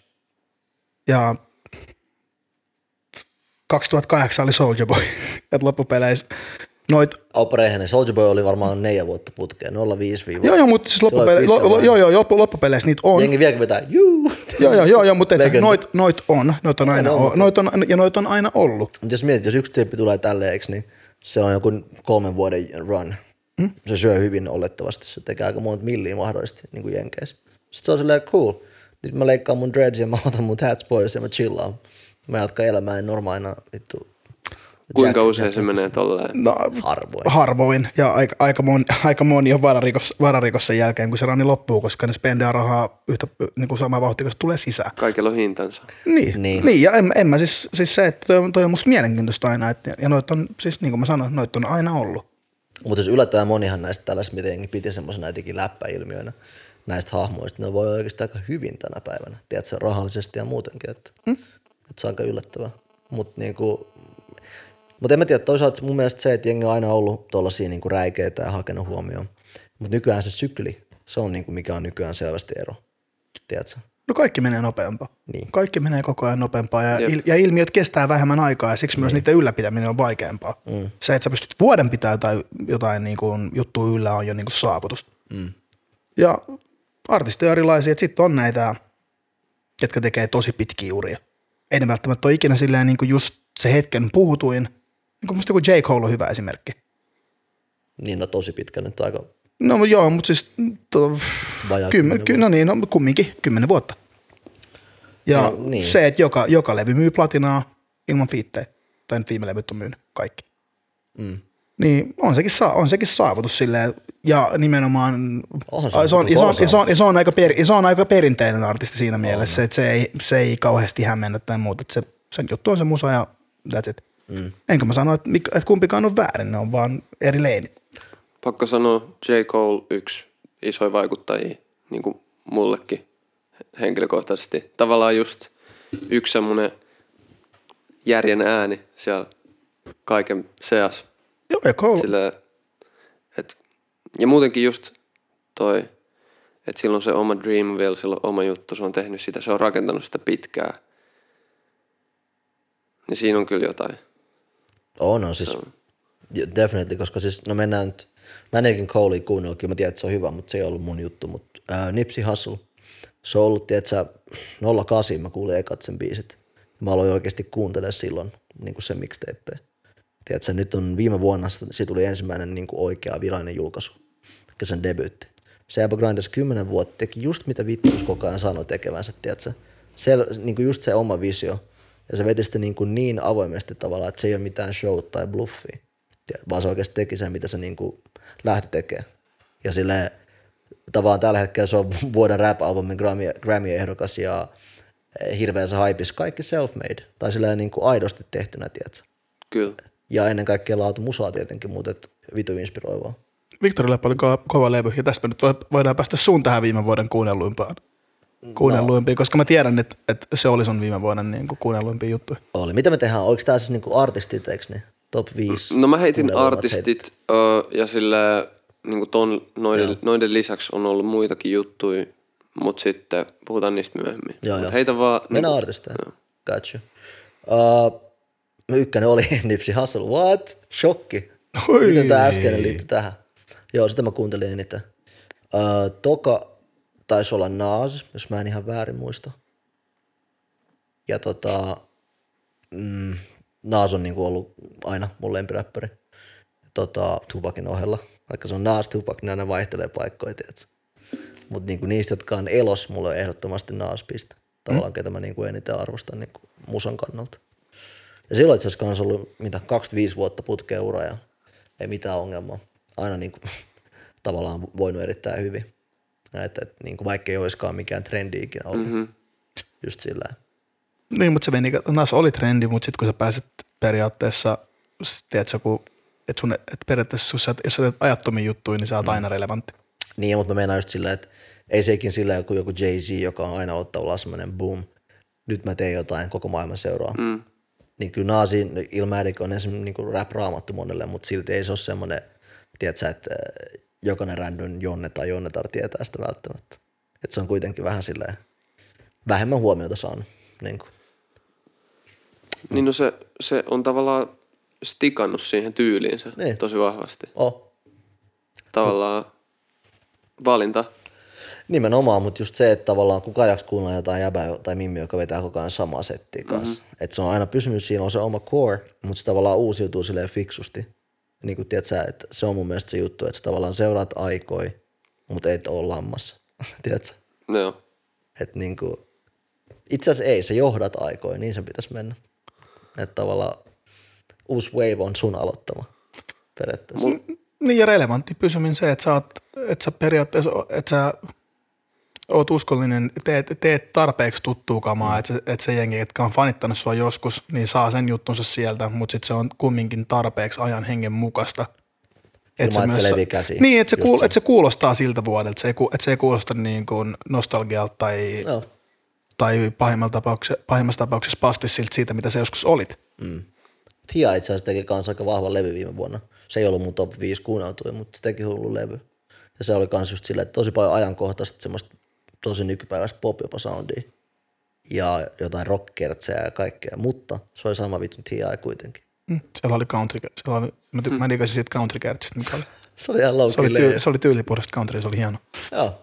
Ja 2008 oli Soulja Boy. Et loppupeleissä noit, Opereihänen niin Soulja Boy oli varmaan neljä vuotta putkeen, 05 joo joo, mutta siis loppupeleissä, lo, lo, joo, joo, loppu- loppupeleissä niitä on. Jengi vieläkin vetää, juu. Joo, joo, joo, joo mutta et, sä- Legenda. noit, noit on, noit on aina, on, o- mutta- noit on, ja noit on aina ollut. Mut jos mietit, jos yksi tyyppi tulee tälleeksi, niin se on joku kolmen vuoden run. Mm. Hmm? Se syö hyvin olettavasti. Se tekee aika monta milliä mahdollisesti niin kuin jenkeissä. Sitten se on silleen cool. Nyt mä leikkaan mun dreads ja mä otan mun hats pois ja mä chillaan. Mä jatkan elämää normaalina vittu. kuinka Jack- usein se menee tolleen. No, Harvoin. harvoin. Ja aika, aika, moni, aika moni on vararikos, vararikos sen jälkeen, kun se rani loppuu, koska ne spendaa rahaa yhtä niin kuin samaa vauhtia, kun se tulee sisään. Kaikella on hintansa. Niin, niin. Niin. niin ja en, en mä siis, siis se, että toi, on- toi on musta mielenkiintoista aina, että, ja noit on, siis niin kuin mä sanoin, noit on aina ollut. Mutta siis yllättävän monihan näistä tällaisista, mitä jengi piti semmoisena jotenkin läppäilmiönä näistä hahmoista, ne voi oikeasti aika hyvin tänä päivänä, tiedätkö, rahallisesti ja muutenkin, että, mm. että se on aika yllättävää. Mutta niinku, mut en mä tiedä, toisaalta mun mielestä se, että jengi on aina ollut tuollaisia niinku räikeitä ja hakenut huomioon, mutta nykyään se sykli, se on niinku, mikä on nykyään selvästi ero, tiedätkö? No kaikki menee nopeampaa. Niin. Kaikki menee koko ajan nopeampaa ja, Jep. il, ja ilmiöt kestää vähemmän aikaa ja siksi myös niiden ylläpitäminen on vaikeampaa. Mm. Se, että sä pystyt vuoden pitää jotain, jotain niin kuin, juttua yllä on jo niin kuin saavutus. Mm. Ja artisteja on erilaisia, että sitten on näitä, ketkä tekee tosi pitkiä uria. Ei ne välttämättä ole ikinä silleen niin kuin just se hetken puhutuin. Niin kuin musta joku J. Cole on hyvä esimerkki. Niin no tosi pitkä nyt aika No mut joo, mutta siis to, Vajaa kymmen, kymmenen ky, no niin, no, mut kumminkin kymmenen vuotta. Ja no, No, niin. niin. se, että joka, joka levy myy platinaa ilman fiittejä, tai nyt viime levyt on myynyt kaikki. Mm. Niin on sekin, saa, on sekin saavutus silleen, ja nimenomaan, Onhan se ai, se on, kyllä ja se on, kova ja se on, ja se on, aika per, ja se on aika perinteinen artisti siinä mielessä, että se ei, se ei kauheasti hämmennä tai muuta, että se, sen juttu on se musa ja that's it. Mm. Enkä mä sano, että, mik- että kumpikaan on väärin, ne on vaan eri leinit. Pakko sanoa, J. Cole yksi isoja vaikuttajia, niin kuin mullekin henkilökohtaisesti. Tavallaan just yksi semmoinen järjen ääni siellä kaiken seassa. Joo, ja Cole, Silleen, et, ja muutenkin just toi, että silloin se oma dream vielä, silloin oma juttu, se on tehnyt sitä, se on rakentanut sitä pitkää. Niin siinä on kyllä jotain. On, on siis. Jo- Definitely, koska siis, no mennään nyt Mä en Neikin Colea kuunnellut, kyllä mä tiedän, että se on hyvä, mutta se ei ollut mun juttu. Mutta ää, Nipsi Hassel, se on ollut, tiedätkö, 08 mä kuulin ekat sen biisit. Mä aloin oikeasti kuuntelemaan silloin niin kuin sen mixtapeä. Tiedätkö, nyt on viime vuonna, se tuli ensimmäinen niin kuin oikea virallinen julkaisu, eli sen debyytti. Se Abba Grinders 10 vuotta teki just mitä vittuus koko ajan sanoi tekevänsä, tiedätkö. Se, niin kuin just se oma visio. Ja se veti sitä niin, kuin niin avoimesti tavallaan, että se ei ole mitään show tai bluffia. Tiedät, vaan se oikeasti teki sen, mitä se niin kuin lähti tekemään. Ja silleen, tavallaan tällä hetkellä se on vuoden rap-albumin Grammy- Grammy-ehdokas ja eh, hirveässä haipissa kaikki self-made, tai sillä niin kuin aidosti tehtynä, tiedätkö? Kyllä. Ja ennen kaikkea laatu musaa tietenkin, mutta et vitu inspiroivaa. Viktorille oli ko- kova levy, ja tästä me nyt vo- voidaan päästä sun tähän viime vuoden kuunnelluimpaan. Kuunnelluimpiin, koska mä tiedän, että, että se oli sun viime vuoden niin kuin kuunnelluimpia juttuja. Oli. Mitä me tehdään? Oliko tämä siis niin kuin artistit, eikö niin? Top 5? No mä heitin artistit ö, ja sillä niin ton, noiden, noiden lisäksi on ollut muitakin juttuja, mutta sitten puhutaan niistä myöhemmin. Joo, Mut joo. heitä vaan... Mennään niinku- artisteja. Niin Gotcha. Uh, no ykkönen oli Nipsi Hussle. What? Shokki. Oi. Miten tämä äskeinen liittyi tähän? Joo, sitä mä kuuntelin eniten. Uh, toka taisi olla Nas, jos mä en ihan väärin muista. Ja tota, mm, Nas on niinku ollut aina mun lempiräppäri. Tota, Tupakin ohella. Vaikka se on Nas, Tupac, ne aina vaihtelee paikkoja, tiedätkö? Mutta niinku niistä, jotka on elos, mulle on ehdottomasti naaspista. Tavallaan, mm. ketä mä niinku eniten arvostan niinku musan kannalta. Ja silloin itse asiassa kanssa ollut mitä, 25 vuotta putkeen ura ja ei mitään ongelmaa. Aina niinku, tavallaan voinut erittäin hyvin. Ja Että, että niinku, vaikka ei olisikaan mikään trendi ikinä ollut. Mm-hmm. Just sillä lailla. Niin, mutta se meni, Nas oli trendi, mutta sitten kun sä pääset periaatteessa, s- tiedätkö, kun, että, sun, että periaatteessa kun sä, jos sä teet ajattomia juttuja, niin sä oot aina relevantti. Niin, mutta mä meinaan just sillä, että ei sekin sillä joku, joku Jay-Z, joka on aina ollut tavallaan semmoinen boom, nyt mä teen jotain, koko maailma seuraa. Mm. Niin kyllä Naasi Ilmatic on esimerkiksi niin rap-raamattu monelle, mutta silti ei se ole semmoinen, tiedätkö, että äh, jokainen random Jonne tai Jonnetar tietää sitä välttämättä. Että se on kuitenkin vähän silleen vähemmän huomiota saanut. Niin kuin. Niin no se, se on tavallaan stikannut siihen tyyliinsä Niin. tosi vahvasti. Oh. Tavallaan valinta. Nimenomaan, mutta just se, että tavallaan kukaan jaksa kuunnella jotain jäbää tai mimmiä, joka vetää koko ajan samaa settiä kanssa. Mm-hmm. Että se on aina pysynyt, siinä on se oma core, mutta se tavallaan uusiutuu silleen fiksusti. Niin kuin tiedät sä, että se on mun mielestä se juttu, että sä tavallaan seuraat aikoi, mutta et ole lammas. tiedät sä? No joo. Että niin kuin, itse asiassa ei, sä johdat aikoi, niin sen pitäisi mennä. Että tavallaan uusi wave on sun aloittama periaatteessa. Mun... Niin ja relevantti pysyminen se, että sä, oot, että sä periaatteessa, o- että sä oot uskollinen, teet, teet tarpeeksi tuttua kamaa, mm. että, se- että se jengi, jotka on fanittanut sua joskus, niin saa sen juttunsa sieltä, mutta sitten se on kumminkin tarpeeksi ajan hengen mukaista. Ilman, sä että se myös- levii käsiin. Niin, että se, Just kuul, se. että se kuulostaa siltä vuodelta, se ei, ku- että se ei kuulosta niin kuin nostalgialta tai, no. No. tai pahimmassa tapauksessa, pahimmassa tapauksessa pastissilta siitä, mitä sä joskus olit. Tia itse asiassa teki kanssa aika vahvan levy viime vuonna. Se ei ollut mun top 5 kuunneltuja, mutta se teki hullu levy. Ja se oli kans just silleen, että tosi paljon ajankohtaista semmoista tosi nykypäiväistä pop jopa soundia. Ja jotain rockkertseä ja kaikkea, mutta se oli sama vitun Tia kuitenkin. Mm. Siellä oli country, siellä oli, mä, Mm. ty- mä digasin siitä country kärtsistä, mikä oli. Se oli ihan low Se oli, tyy, se oli tyylipuhdasta country, se oli hieno. Joo.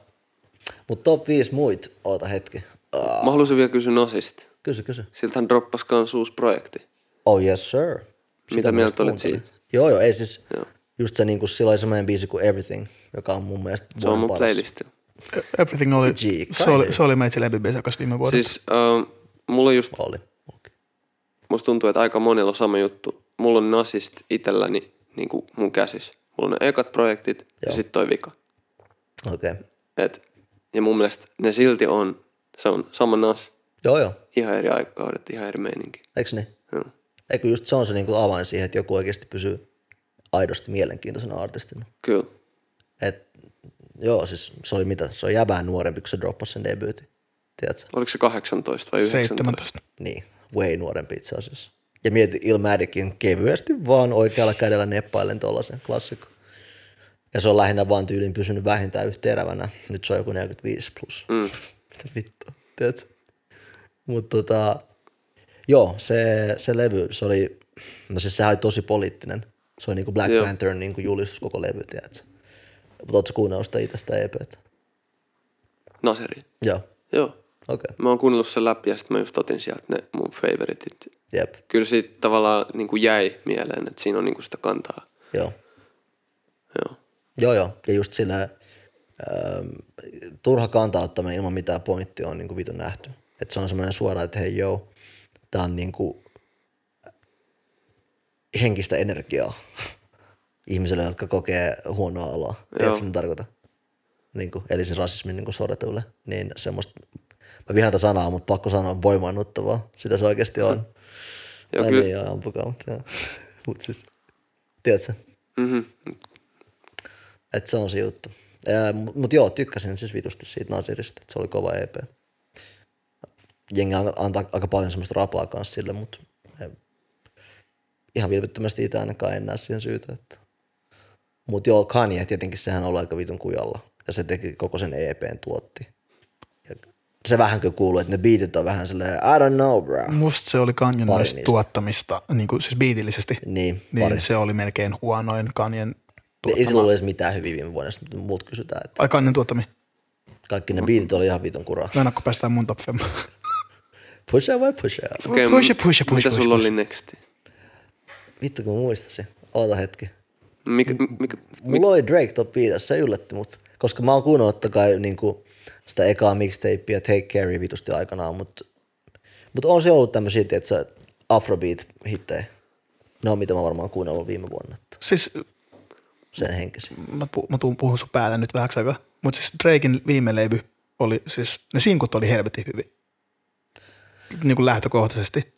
Mutta top 5 muit, oota hetki. Uh, Mä halusin vielä kysyä Nasista. kysy, kysy. Siltähän droppasi kans uusi projekti. Oh yes sir. Mitä mä mieltä just olit kuuntelin. siitä? Joo joo, ei siis Joo. just se niinku silloin semmoinen biisi kuin Everything, joka on mun mielestä Se on vuoden mun paras. playlistilla. Everything oli, Gee, se oli, kai. se oli meitsi lempibiisi kanssa viime vuodesta. Siis, Siis ähm, mulla on just, Oli. Okay. musta tuntuu, että aika monella on sama juttu. Mulla on Nasist itselläni niin kuin mun käsis. Mulla on ne ekat projektit ja Joo. sitten toi vika. Okei. Okay. Et, ja mun mielestä ne silti on, se on sama Nas. Joo joo, Ihan eri aikakaudet, ihan eri meininki. eikö niin? Joo. Eikö just se on se niinku avain siihen, että joku oikeasti pysyy aidosti mielenkiintoisena artistina. Kyllä. Et, joo, siis se oli mitä, se on jäbää nuorempi, kun se droppasi sen debyytin. Tiedätkö? Oliko se 18 vai 19? 17. Niin, way nuorempi itse asiassa. Ja mieti Ilmadikin kevyesti vaan oikealla kädellä neppailen tollasen klassikko. Ja se on lähinnä vaan tyylin pysynyt vähintään yhtä terävänä. Nyt se on joku 45 plus. Mm. Mitä vittua, tiedätkö? Mutta tota, joo, se, se levy, se oli, no siis sehän oli tosi poliittinen. Se on niinku Black Joo. Lantern niinku julistus koko levy, tiedätkö? Mutta ootko kuunnellut sitä itse sitä EPtä? Naseri. Joo, Joo. okei, okay. Mä oon kuunnellut sen läpi ja sitten mä just otin sieltä ne mun favoritit. jep, Kyllä siitä tavallaan niin kuin jäi mieleen, että siinä on niin kuin sitä kantaa. joo. Joo. Joo, joo. Ja just sillä ähm, turha kantaa ottaminen ilman mitään pointtia on niinku vitun nähty. Et se on semmoinen suora, että hei joo, tää on niinku henkistä energiaa ihmisille, jotka kokee huonoa oloa. Tiedätkö, mitä tarkoitan? Niinku, eli siis rasismin niinku sorretuille. Niin semmoista, mä vihaan tätä sanaa, mutta pakko sanoa voimaannuttavaa. Sitä se oikeasti on. Joo, Ai kyllä- niin, joo, ampukaa, mutta joo. Mut siis, tiedätkö? Mm-hmm. Et se on se juttu. Mutta joo, tykkäsin siis vitusti siitä Nasirista, et se oli kova E EP. Jengi an- antaa aika paljon semmoista rapaa kanssa sille, mutta ihan vilpittömästi itse ainakaan en näe siihen syytä. Että. Mut joo, Kanye tietenkin sehän oli aika vitun kujalla ja se teki koko sen EPn tuotti. Ja se vähänkö kuuluu, että ne biitit on vähän silleen, I don't know bro. Musta se oli Kanyen Pari myös niistä. tuottamista, niin kuin, siis biitillisesti. Niin, pari. niin se oli melkein huonoin Kanyen Ei tuottama. sillä ole edes mitään hyviä viime vuonna, jos nyt muut kysytään. Että Ai Kanyen tuottami. kaikki ne biitit oli ihan vitun kuraa. Mä en oo, kun päästään mun top fem. Pusha vai pusha? Okei, Push it, push it, push Mitä it, push sulla it. oli next? Vittu kun mä muistasin. Oota hetki. Mikä, mikä, Mulla oli Drake top 5, se yllätti mut. Koska mä oon kuunnellut totta kai niinku sitä ekaa mixtapeä Take Care vitusti aikanaan, mut, mut on se ollut tämmösiä, että sä afrobeat hittejä. Ne on mitä mä varmaan kuunnellut viime vuonna, että Siis sen henkisiä. mä, pu, mä tuun puhun sun päälle nyt vähäksi aikaa. Mutta siis Drakein viime levy oli, siis ne sinkut oli helvetin hyvin. Niin kuin lähtökohtaisesti.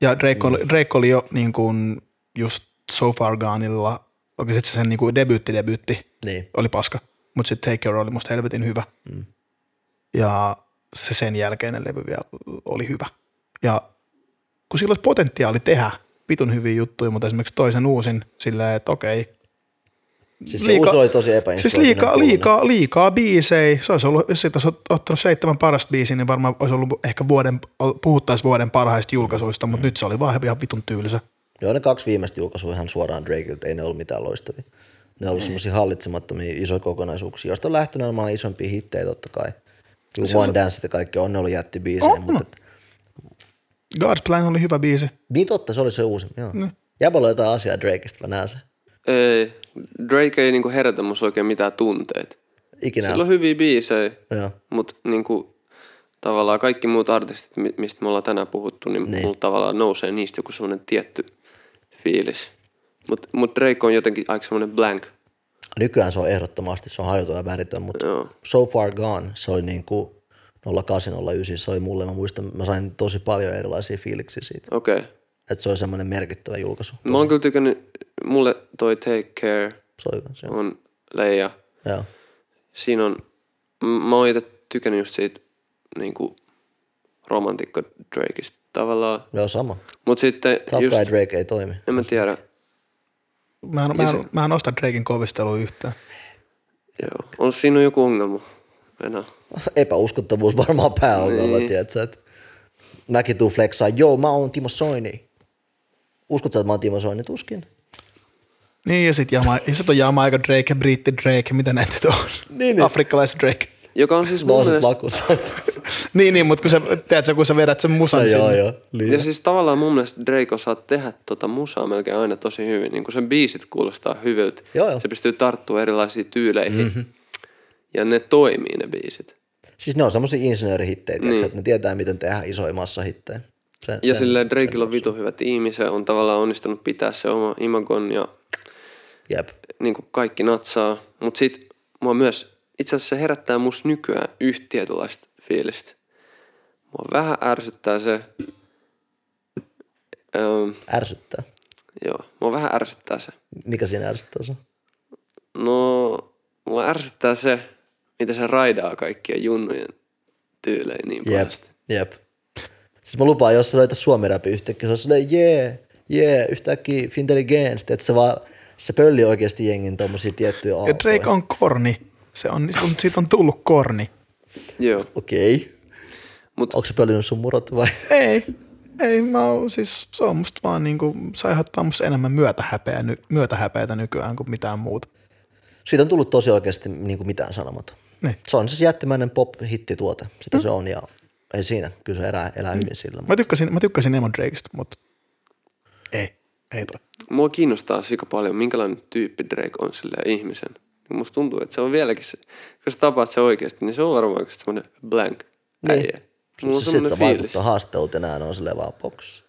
Ja Drake, oli, Drake oli jo niin kuin just So Far Goneilla, oikein sit se sen niin kuin debyytti debyytti Niin. oli paska. Mutta sitten Take Care oli musta helvetin hyvä. Mm. Ja se sen jälkeinen levy vielä oli hyvä. Ja kun sillä olisi potentiaali tehdä vitun hyviä juttuja, mutta esimerkiksi toisen uusin silleen, että okei, Siis se uusi oli tosi Siis epäinstrumentinen liikaa, kuulla. liikaa, liikaa biisei. Se olisi ollut, jos siitä olisi ottanut seitsemän parasta biisiä, niin varmaan olisi ollut ehkä vuoden, puhuttaisiin vuoden parhaista julkaisuista, mutta nyt se oli vaan ihan vitun tylsä. Joo, ne kaksi viimeistä julkaisua ihan suoraan Drakeilta, ei ne ollut mitään loistavia. Ne on Niin. ollut semmoisia hallitsemattomia isoja kokonaisuuksia, joista on lähtenyt olemaan isompia hittejä totta kai. Joku One Dance ja kaikki on, ne ollut jättibiisejä, On. mutta et, God's Plan oli hyvä biisi. niin totta, se oli se uusi. Joo. Mm. Jäbällä on jotain asiaa Drakeista, mä näen sen. ei, Drake ei niinku herätä musta oikein mitään tunteita. Ikinä. Sillä on hyviä biisejä, Joo. mutta niinku, tavallaan kaikki muut artistit, mi- mistä me ollaan tänään puhuttu, niin, niin. mulla tavallaan nousee niistä joku semmoinen tietty fiilis. Mutta mut Drake on jotenkin aika semmoinen blank. Nykyään se on ehdottomasti, se on hajoton ja väritön, mutta Joo. So Far Gone, se oli niin kuin 0809, se oli mulle, mä muistan, mä sain tosi paljon erilaisia fiiliksiä siitä. Okei. Okay. Että se oli semmoinen merkittävä julkaisu. Mä oon kyllä tykännyt, mulle toi Take Care Se oli se. on leija. Joo. Siinä on, m- mä oon itse tykännyt just siitä niinku romantikko Drakeista tavallaan. Joo, sama. Mut sitten Top just, Guy Drake ei toimi. en mä tiedä, Mä en, mä en, mä en osta Drakein kovistelua yhtään. joo. On siinä joku ongelma. Enää. epäuskottavuus varmaan pääongelma, niin. tiedätkö, että mäkin tuun flexaa, joo mä oon Timo Soini. Uskot sä, että mä oon Timo Soini? Tuskin. Niin ja sitten jama, ja sit on jamaika Drake ja britti Drake, mitä näitä nyt on? Niin, niin. Afrikkalaiset Drake. Joka on siis mun Nouset mielestä, lakussa. Niin, niin mutta kun sä, tiedätkö, kun sä vedät sen musan No, sinne. joo, joo. ja Liian. siis tavallaan mun mielestä Drake osaa tehdä tota musaa melkein aina tosi hyvin. Niin kun sen biisit kuulostaa hyviltä. Joo, joo. Se pystyy tarttumaan erilaisiin tyyleihin. Mm-hmm. Ja ne toimii ne biisit. Siis ne on semmosia insinöörihittejä, niin. Niin. että ne tietää, miten tehdä isoja massahittejä. Sen, Ja sen- silleen Drakeilla on vitu hyvä tiimi. Se on tavallaan onnistunut pitää se oma imagon ja Jep. niin kuin kaikki natsaa. Mutta sit mua myös, itse asiassa se herättää mus nykyään yhtä tietynlaista fiilistä. Mua vähän ärsyttää se, öö, Ärsyttää. joo, mua vähän ärsyttää se. Mikä siinä ärsyttää sun? No, mua ärsyttää se, mitä se raidaa kaikkia junnujen tyylejä niin Jep. pahasti. Jep. Siis mä lupaan, jos sä löytät suomi räpi yhtäkkiä, se on silleen jee, jee, yhtäkkiä Fintelligence, että se vaan, se pölli oikeasti jengin tommosia tiettyjä Ja aaltoja. Drake on korni. Se on, siitä on tullut korni. Joo. Okei. Mut- Onko se pölynyt sun murot vai? Ei. Ei, mä oon, siis se on musta vaan niinku, se aiheuttaa musta enemmän myötähäpeä, ny, myötähäpeätä nykyään kuin mitään muuta. Siitä on tullut tosi oikeasti niin kuin mitään sanomaton. Niin. Se on siis jättimäinen pop-hittituote, sitä mm. se on ja ei siinä, kyllä se elää, elää mm. hyvin sillä. Mä tykkäsin, mä tykkäsin Emo Drakeista, mutta ei, ei toi. Mua kiinnostaa sika paljon, minkälainen tyyppi Drake on sille ihmisen. Niin Musta tuntuu, että se on vieläkin se, kun sä tapaat se oikeasti, niin se on varmaan oikeasti semmoinen blank äijä. Mulla on se, se, semmoinen se fiilis. vaikuttaa haastattelut enää, ne on silleen vaan box.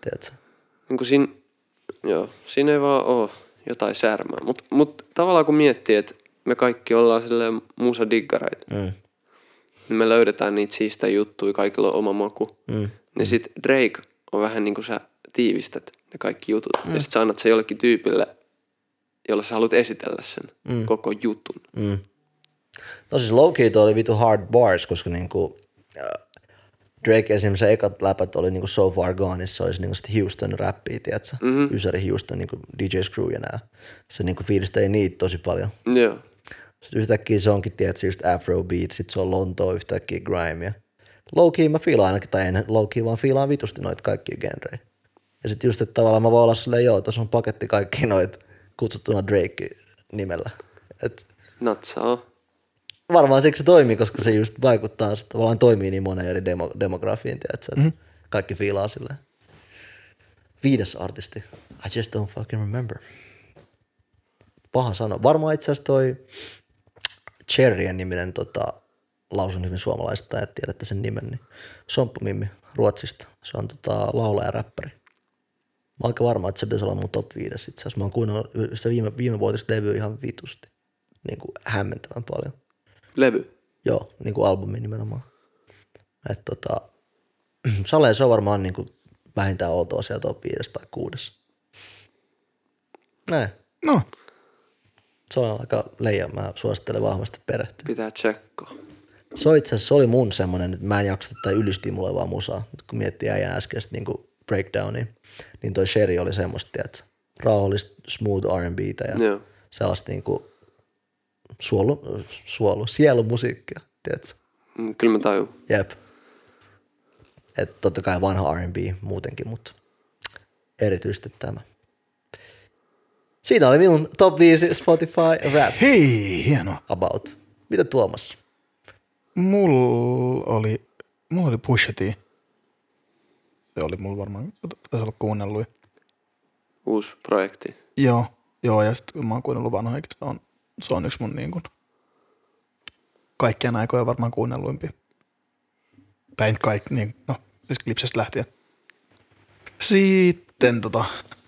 Tiedätkö? Niin kuin siinä, joo, siinä ei vaan ole jotain särmää. Mutta mut tavallaan kun miettii, että me kaikki ollaan silleen musadiggareita, mm. niin me löydetään niitä siistä juttuja, kaikilla on oma maku. Mm. Niin sit Drake on vähän niin kuin sä tiivistät ne kaikki jutut. Mm. Ja sit sä annat se jollekin tyypille, jolle sä haluat esitellä sen mm. koko jutun. Mm. No siis low-key toi oli vitu hard bars, koska niinku äh, Drake esimerkiksi se ekat läpät oli niinku So Far Goneissa, oli se niinku sitä Houston rappia, tiedätkö? Mhm. Mm-hmm. Ysäri Houston, niinku DJ Screw ja nää. Se niinku fiilisteli niitä tosi paljon. Joo. Sitten yhtäkkiä se onkin, tiedätkö, just Afrobeat, sit se on Lontoa yhtäkkiä Grimea. Low-key mä fiilaan ainakin, tai en low-key vaan fiilaan vitusti noita kaikkia genrejä. Ja sitten just, että tavallaan mä voin olla silleen, joo, tuossa on paketti kaikki noita kutsuttuna Drake nimellä. Et Natsaa. varmaan siksi se toimii, koska se just vaikuttaa, se tavallaan toimii niin monen eri demo, demografiin, tiedätkö, että mm-hmm. kaikki fiilaa silleen. Viides artisti. I just don't fucking remember. Paha sana. Varmaan itse asiassa toi Cherryen niminen tota, lausun hyvin suomalaista ja tiedätte sen nimen, niin Somppu Mimmi Ruotsista. Se on tota, laulaja ja räppäri. Mä oon aika varma, että se pitäisi olla mun top 5 itse asiassa. Mä oon kuunnellut sitä viime, viime vuotista levyä ihan vitusti. Niin kuin hämmentävän paljon. Levy. Joo, niin kuin albumi nimenomaan. Et tota, Sale, se on varmaan niin kuin vähintään oltava siellä top 5 tai 6. Näin. No, Se on aika leija, mä suosittelen vahvasti perehtyä. Pitää tsekkaa. Se on itse asiassa, se oli mun semmonen, että mä en jaksa tätä ylistimulevaa musaa, mutta kun miettii äijän äskeistä niin breakdownia, niin toi Sherry oli semmoista, että rauhallista smooth R&Btä ja Joo. sellaista niin kuin suolu, suolu, sielumusiikkia, tiedätkö? Mm, Kyllä mä tajun. Jep. Et totta kai vanha R&B muutenkin, mutta erityisesti tämä. Siinä oli minun top 5 Spotify rap hei, hienoa. about. Mitä Tuomas? Mulla oli, mulla oli Pusha T. Se oli mulla varmaan, taisi olla kuunnellut. Uusi projekti. Joo, joo ja sitten mä oon kuunnellut vanhoikin. Se on, se on yksi mun niin kuin, kaikkien aikojen varmaan kuunnelluimpia. Tai nyt kaikki, niin, no, siis klipsestä lähtien. Sitten tota...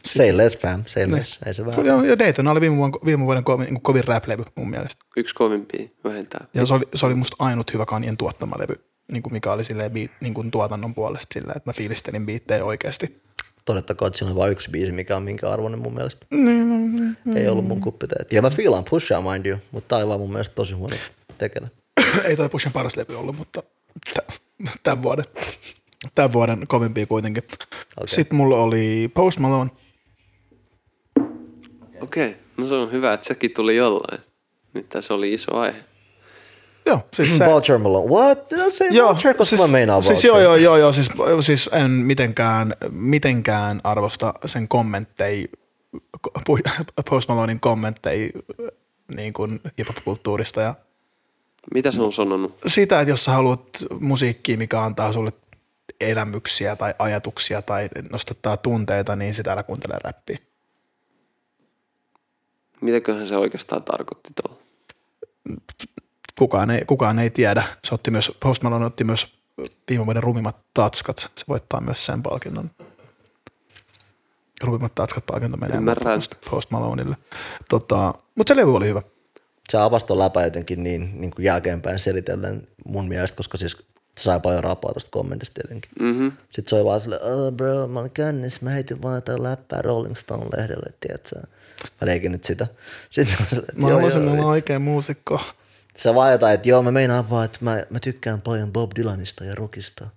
Say less fam, say Niin. less. Ei se vähän. Joo, ja Daytona oli viime vuoden, viime vuoden kovin, niin kovin rap-levy mun mielestä. Yksi kovimpia vähentää. Ja se oli, se oli musta ainut hyvä kanien tuottama levy, niin kuin mikä oli silleen biit, niin kuin tuotannon puolesta sillä, että mä fiilistelin biittejä oikeasti. Todettakoon, että siinä on vain yksi biisi, mikä on minkä arvoinen mun mielestä. Niin, Ei ollut mun kuppiteet. Ja mä fiilaan pushaa, mind you, mutta tää oli vaan mun mielestä tosi huono tekele. Ei toi Pushin paras levy ollut, mutta tä- tämän vuoden, tämän vuoden kovimpia kuitenkin. Okay. Sitten mulla oli Post Malone. Okei, okay. no se on hyvä, että sekin tuli jollain. Nyt tässä oli iso aihe. Joo, siis se, Vulture Malone. What? Did I say Vulture? Koska siis, mä meinaan siis joo, joo, joo, joo siis, siis en mitenkään, mitenkään arvosta sen kommentteja, ko- pu- Post Malonein kommentteja niin kuin hip-hop-kulttuurista ja Mitä se on sanonut? sitä, että jos sä haluat musiikkia, mikä antaa sulle elämyksiä tai ajatuksia tai nostattaa tunteita, niin sitä älä kuuntele räppiä. Mitäköhän se oikeastaan tarkoitti tuolla? Kukaan ei, kukaan ei tiedä. Se otti myös, Post Malone otti myös viime vuoden rumimmat tatskat. Se voittaa myös sen palkinnon. Rumimmat tatskat palkinto menee Ymmärrän. Post, Post Malonelle. Tota, mutta se levy oli hyvä. se avastoi läpä jotenkin niin, niin kuin jälkeenpäin selitellen mun mielestä, koska siis se sai paljon rapaa tuosta kommentista tietenkin. Mm-hmm. Sitten se oli vaan silleen, oh bro, mä olin kännissä, mä heitin vaan jotain läppää Rolling Stone-lehdelle, tiedätkö? Mä leikin nyt sitä. Sitten mä, silleen, Mä "Joo, haluaisin joo, olla oikea muusikko. se vaan jotain, että joo, mä meinaan vaan, että mä, mä tykkään paljon Bob Dylanista ja rockista.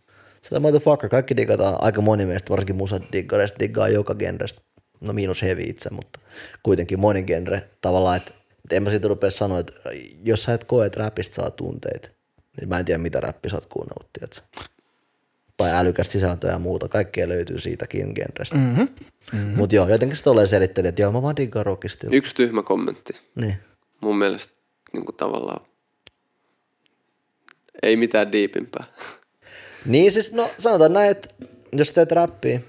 Sillä motherfucker, kaikki diggataan, aika moni meistä, varsinkin musadiggareista, diggaa joka genrestä. No miinus heavy itse, mutta kuitenkin moni genre tavallaan, että että en mä siitä rupea sanoa, että jos sä et koe, että räpistä saa tunteita, niin mä en tiedä mitä räppi sä oot kuunnellut, tiedätkö? tai älykästä sisältöä ja muuta. Kaikkea löytyy siitäkin genrestä. Mm-hmm. Mm-hmm. Mutta joo, jotenkin se tolleen selitteli, että joo, mä vaan diggaan rockista. Y- Yksi tyhmä kommentti. niin. Mun mielestä niin kuin tavallaan ei mitään diipimpää. Niin siis, no sanotaan näin, että jos teet räppiä,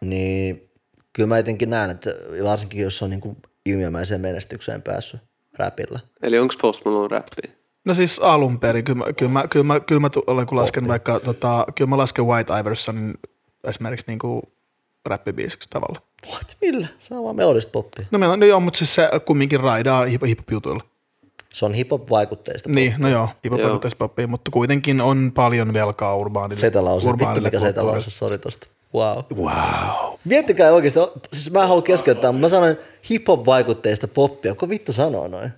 niin kyllä mä jotenkin näen, että varsinkin jos on niinku ilmiömäiseen menestykseen päässyt räpillä. Eli onko Post Malone räppi? No siis alun perin, kyllä mä, kyllä mä, kyllä mä, kyllä mä tu- olen, kun lasken vaikka, tota, kyllä mä lasken White Iversonin esimerkiksi niin kuin räppibiisiksi tavalla. What? Millä? Se on vaan melodista poppia. No meillä on, no joo, mutta siis se kumminkin raidaa hip- hip-hop-jutuilla. Se on hip-hop-vaikutteista. Niin, no joo, hip-hop-jutuilla mutta kuitenkin on paljon velkaa urbaanille. Setalause. Vittu mikä kulttuurille. setalause, sori tosta. Wow. Wow. Miettikää oikeesti, o- siis mä haluan keskeyttää, mutta mä sanoin hip-hop-vaikutteista poppia. Kuka vittu sanoo noin?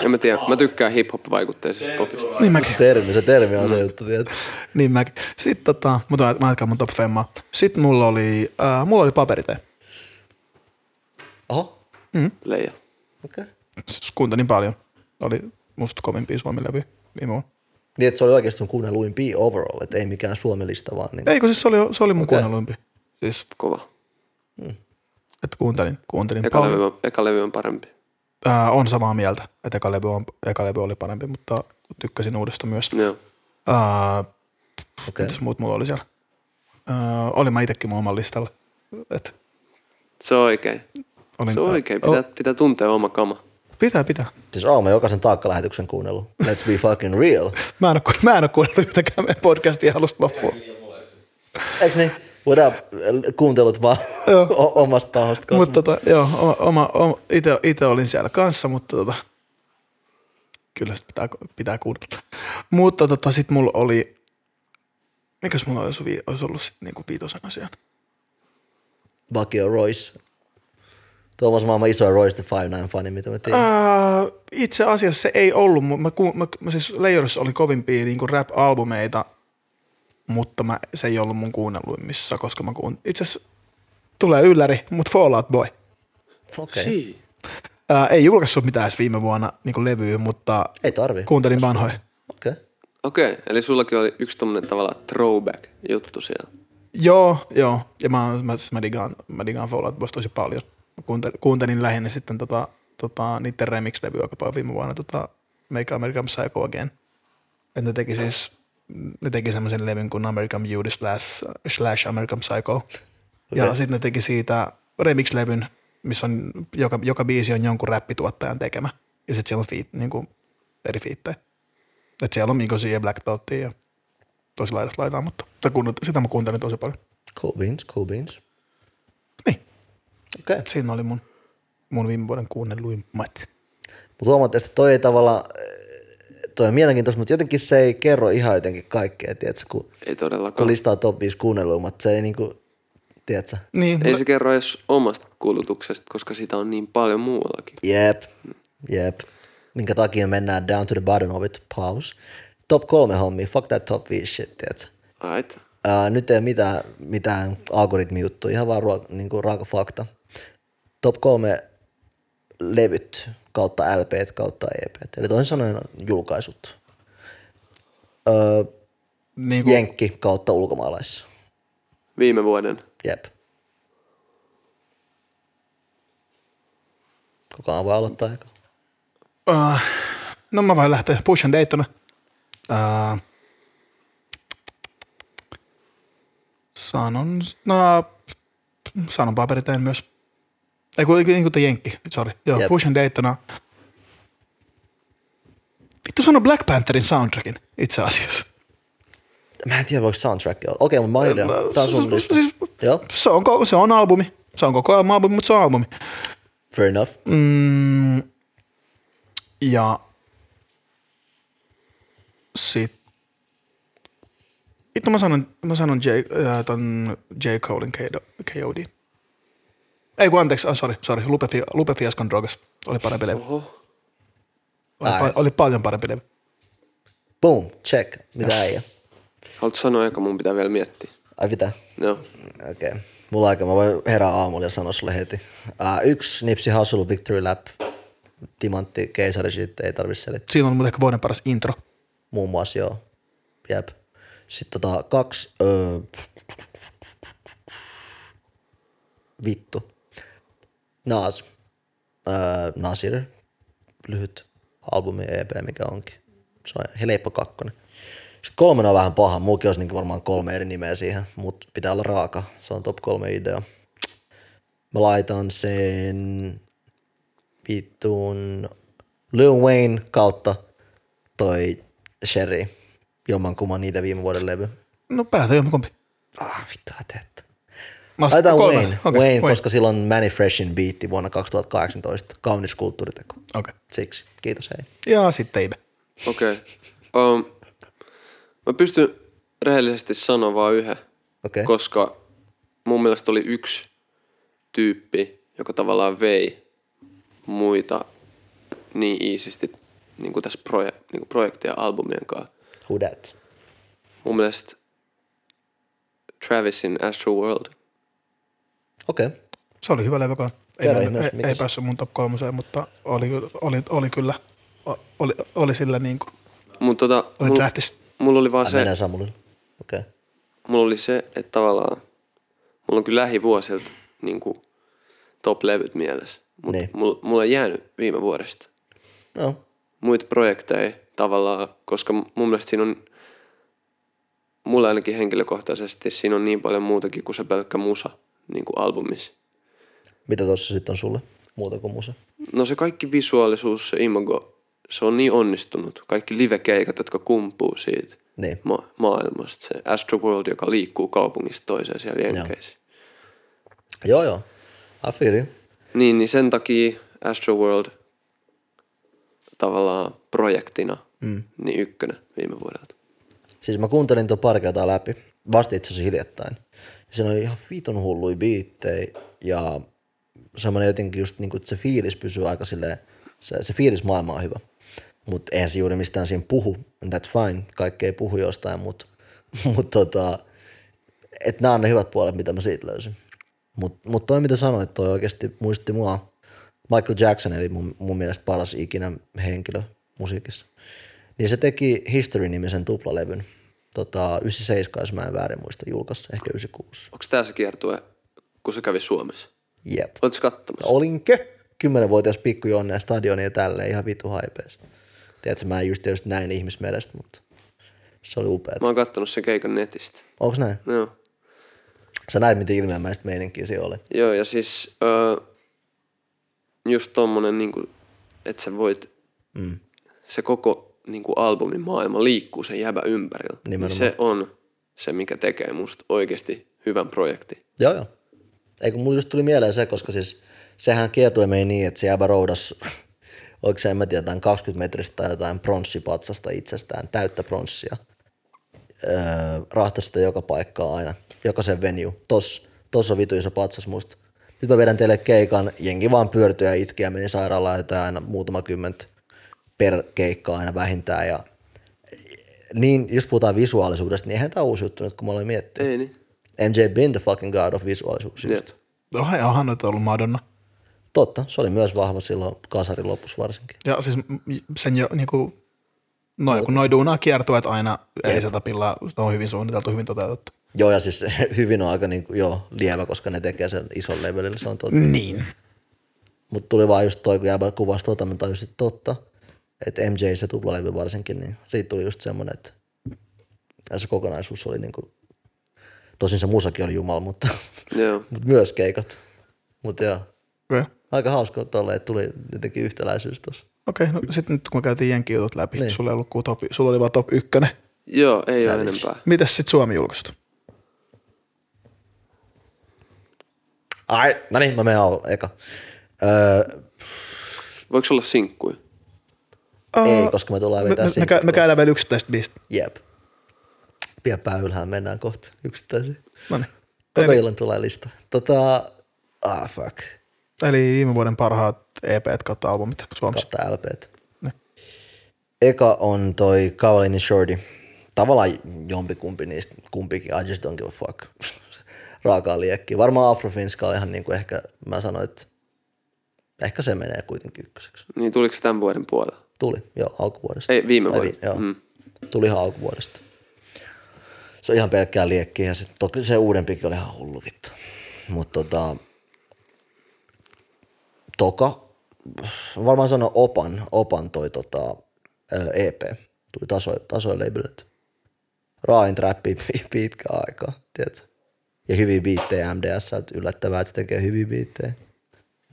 En mä tiedä. Mä tykkään hip-hop-vaikutteisesta popista. Niin mäkin. Termi, se termi on se juttu, tiedätkö? Niin mäkin. Sitten tota, mutta mä jatkan mun top femmaa. Sitten mulla oli, äh, mulla oli paperite. Oho, Leija. okei. Okay. Siis kuuntelin paljon. Oli musta kovimpia suomilevy viime vuonna. Niin, että se oli oikeasti sun kuunneluimpia overall, että ei mikään suomelista vaan. Niin. Ei kun siis se oli, se oli mun okay. kuunnelluimpi. Siis, Kova. että kuuntelin, kuuntelin Eka paljon. levy, on, eka levy on parempi. Äh, on samaa mieltä, että eka levy, on, eka levy oli parempi, mutta tykkäsin uudesta myös. Joo. Äh, Okei. mitäs muut mulla oli siellä? Äh, olin mä itekin mun oman listalla. Et, Se on oikein. olin, Oh, Se on oikein. Pitää, pitää tuntea oma kama. pitää, pitää. Siis oon mä jokaisen taakkalähetyksen kuunnellut. Let's be fucking real. Mä en ole, mä en ole kuunnellut yhtäkään meidän podcastia alusta loppuun. Eiks niin? What up? Kuuntelut vaan Joo. o- omasta tahosta. kanssa. Mutta tota, joo, o- oma, oma, ite, ite olin siellä kanssa, mutta tota, kyllä sitä pitää, pitää kuunnella. Mutta tota, sit mulla oli, mikäs mulla olisi, vi- olisi ollut sit niinku viitosen asian? Vakio Royce. Tuomas maailman iso Royce the 59 fani, mitä mä Ah, tiedän. Ää, Äh, itse asiassa se ei ollut, mu- mä, ku- mä, mä siis Layers oli kovimpia niinku rap-albumeita, mutta mä, se ei ollut mun kuunnelluimmissa, koska mä kuun, itse asiassa tulee ylläri, mutta Fall Out Boy. Okei. Sii. Ää, ei julkaissut mitään edes viime vuonna niin levyä, mutta Ei tarvi. kuuntelin vanhoja. Okei. Okay. Okei, okay, eli sullakin oli yksi tommonen tavallaan throwback-juttu siellä. Joo, joo. Ja mä, oon- mä, siis mä digaan, mä digaan Fall Out Boysta tosi paljon. Mä kuuntelin, kuuntelin lähinnä sitten tota, tota, niiden remix-levyä aika paljon viime vuonna, tota, Make American Psycho Again. Et ne teki siis, ne teki semmoisen levyn kuin American Beauty slash, slash American Psycho. Ja Okei. sitten ne teki siitä remix-levyn, missä on, joka, joka biisi on jonkun räppituottajan tekemä. Ja sitten siellä on fiit, niinku, eri fiittejä. Et siellä on Mikosi ja Black Dottia ja tosi laidasta laitaan, mutta sitä, kuunnelt, sitä mä kuuntelin tosi paljon. Cool beans, cool beans. Niin, Okei. Okay. siinä oli mun, mun viime vuoden kuunnelluimmat. Mutta huomattavasti toi ei tavallaan, toi on mielenkiintoista, mutta jotenkin se ei kerro ihan jotenkin kaikkea, tiedätkö, kun, Ei kun todellakaan. listaa top 5 kuunnelluimmat, se ei niinku, tiedätkö, Niin, Ei mä- se kerro edes omasta kulutuksesta, koska sitä on niin paljon muuallakin. jep, jep, minkä takia mennään down to the bottom of it, pause. Top kolme hommi, fuck that top 5 shit, tiedätkö. Ait. Ää, nyt ei mitään, mitään algoritmijuttu, ihan vaan ruo, niinku raaka fakta. Top kolme levyt kautta LPt kautta EPt, eli toisin sanoen julkaisut. Öö, niin kuin, Jenkki kautta ulkomaalais. Viime vuoden. Jep. Kukaan voi aloittaa eka. uh, no mä voin lähteä Push and Daytona. Uh, sanon, no, sanon paperiteen myös. Ei kun, niin kuin Jenkki, sorry. Joo, Jep. Push and Daytona. Vittu sano Black Pantherin soundtrackin itse asiassa. Mä en tiedä, voiko soundtrack olla. Okei, mutta mä oon idea. Tää on sun lista. Siis- Joo, Se on, ko- se on albumi. Se on koko ajan albumi, mutta se on albumi. fair enough. Mm, ja sit... Vittu mä sanon, mä sanon J, äh, ton J. Colein K- K.O.D. Ei kun anteeksi, oh, sorry, sorry. Lupe, Fi- Lupe Fiaskon Drogas oli parempi levy. Oho. Oli, pa- oli, paljon parempi levy. Boom, check. Mitä äijä? Haluatko sanoa eka, mun pitää vielä miettiä. Ai mitä? Joo. Okei. Okay. Mulla aika, mä voin herää aamulla ja sanoa sulle heti. Uh, yksi Nipsey Hussle Victory Lap. Timantti, keisari, shit, ei tarvi selittää. Siinä on muuten ehkä vuoden paras intro. Muun muassa, joo. Jep. Sitten tota kaksi... Öö, vittu. Nas. Öö, Nasir. Lyhyt albumi EP, mikä onkin. Se on leippo kakkonen. Sitten kolmen on vähän paha. Muukin olisi niinku varmaan kolme eri nimeä siihen, mutta pitää olla raaka. Se on top kolme idea. Mä laitan sen vittuun Lil Wayne kautta toi Sherry. Jomman kumman niitä viime vuoden levy. No päätä jompikumpi. Ah, vittu, teettä. Mä oon Laitan kolme. Wayne, okay, Okei, Wayne, Wayne, koska silloin Manny Freshin biitti vuonna 2018. Kaunis kulttuuriteko. Okei. Siksi. Kiitos, hei. Ja sitten Ibe. Okei. Okay. Um, mä pystyn rehellisesti sanoa vaan yhden, Okei. koska mun mielestä oli yksi tyyppi, joka tavallaan vei muita niin iisisti niin kuin tässä proje, niin kuin projektia albumien kanssa. Who dat? Mun mielestä Travisin Astro World. Okei. Okay. Se oli hyvä levy kanssa. Ei, Kerro mennyt- ihmeessä, ei, mikä ei se- päässyt mun top kolmoseen, mutta oli, ky- oli, oli kyllä, o- oli, oli sillä niin kuin, Mut tota, oli mul- lähtis. mulla oli vaan Mä se, menen Samulille. Okei. Okay. mulla oli se, että tavallaan mulla on kyllä lähivuosilta niin kuin top-levyt mielessä, mutta Niin. mulla, mulla ei jäänyt viime vuodesta. No. Muita projekteja tavallaan, koska mun mielestä siinä on, mulla ainakin henkilökohtaisesti, siinä on niin paljon muutakin kuin se pelkkä musa niin kuin albumissa. Mitä tossa sitten on sulle? Muuta kuin musa. No se kaikki visuaalisuus, se imago, se on niin onnistunut. Kaikki livekeikat, jotka kumpuu siitä Niin. ma- maailmasta. Se Astroworld, joka liikkuu kaupungista toiseen siellä Jenkeissä. Joo, joo. I feel you. Niin, niin sen takia Astroworld tavallaan projektina mm. niin ykkönen viime vuodelta. Siis mä kuuntelin tuon pari kertaa läpi, vasta itse asiassa hiljattain. Ja siinä oli ihan vitun hullui biittei ja semmoinen jotenkin just niinku, että se fiilis pysyy aika silleen, se, se fiilis maailma on hyvä. Mutta eihän se juuri mistään siinä puhu, and that's fine, kaikki ei puhu jostain, mutta mut tota, et nämä on ne hyvät puolet, mitä mä siitä löysin. Mutta mut toi mitä sanoit, toi oikeasti muisti mua Michael Jackson, eli mun, mun mielestä paras ikinä henkilö musiikissa. Niin se teki History-nimisen tuplalevyn. Tota, 97, jos mä en väärin muista, julkaisi, ehkä 96. Onko tämä se kiertue, kun se kävi Suomessa? Jep. Oletko katsomassa? Olinko? Kymmenenvuotias pikku Jonne ja stadioni ja tälleen ihan vitu haipees. Tiedätkö, mä en just tietysti näin ihmismerestä, mutta se oli upeaa. Mä oon kattonut sen keikan netistä. Onks näin? Joo. Sä näit, miten ilmeämäistä meininkiä se oli. Joo, ja siis öö, just tommonen, niinku, että sä voit, mm. se koko niinku, albumin maailma liikkuu sen jäbä ympärillä. Niin Nimenomaan. se on se, mikä tekee musta oikeasti hyvän projekti. Joo, joo. Eikö mulla just tuli mieleen se, koska siis sehän kietui meni niin, että se jäävä roudas, oliko se en mä tiedä, jotain 20 metristä tai jotain pronssipatsasta itsestään, täyttä pronssia. Öö, rahtasi sitä joka paikkaa aina, jokaisen venue. Tos, tos on vitu iso patsas musta. Nyt mä vedän teille keikan, jengi vaan pyörtyi ja itki ja meni sairaalaan jotain aina muutama kymmentä per keikka aina vähintään. Ja niin, jos puhutaan visuaalisuudesta, niin eihän tämä uusi juttu nyt, kun mä olen miettinyt. Ei niin? MJ Bin, the fucking god of visuaalisuus just. Jep. Onhan, No, onhan nyt ollut Madonna. Totta, se oli myös vahva silloin kasarin lopussa varsinkin. Ja siis m- sen jo niin kuin, noin, kun noin duunaa kiertueet aina edelliseltä pillaa, ne on hyvin suunniteltu, hyvin toteutettu. Joo, ja siis hyvin on aika niin kuin, joo, lievä, koska ne tekee sen ison levelillä, se on totta. Niin. Mutta tuli vaan just toi, kun jääpä kuvasi tota, mä tajusin, että totta, että MJ se tuplalevy varsinkin, niin siitä tuli just semmoinen, että ja se kokonaisuus oli niin kuin, tosin se musakin oli jumala, mutta, Joo. mutta myös keikat. Mutta joo, Okei, okay. aika hauska tolle, että tuli jotenkin yhtäläisyys tuossa. okay, no sitten nyt kun me käytiin jenkijutut läpi, Niin. niin. sulla, ei ollut kuin top, sulla oli vaan top ykkönen. Joo, ei ole enempää. Mitäs sitten Suomi julkaistu? Ai, no niin, mä menen al- eka. Öö, Voiko olla sinkkuja? Ei, koska me tullaan Oh. me, me, vetää me, kä- me sinkkuja. käydään vielä yksittäistä biistä. Jep. Pidä pää ylhäällä, mennään kohta yksittäisiin. No niin. Koko Eli, illan tulee lista. Tota, ah fuck, eli viime vuoden parhaat EP-t kautta albumit Suomessa. kautta LPt. Niin. Eka on toi Kavalini Shorty. Tavallaan jompikumpi niistä, kumpikin, I just don't give a fuck. Raakaa liekkiä. Varmaan Afrofinska on ihan niinku ehkä, mä sanoin, että ehkä se menee kuitenkin ykköseksi. Niin tuliko se tämän vuoden puolella? Tuli, joo, alkuvuodesta. Ei, viime Tai vuonna. joo. Mm. Tuli ihan alkuvuodesta. se on ihan pelkkää liekkiä ja se, toki se uudempikin oli ihan hullu vittu. Mutta tota, toka, varmaan sanoa Opan, Opan toi tota, ö, EP, tuli taso, tasoileibyliltä. Raain trappi pitkä aikaa, tiedätkö? Ja hyviä biittejä MDS, että yllättävää, että se tekee hyviä biittejä.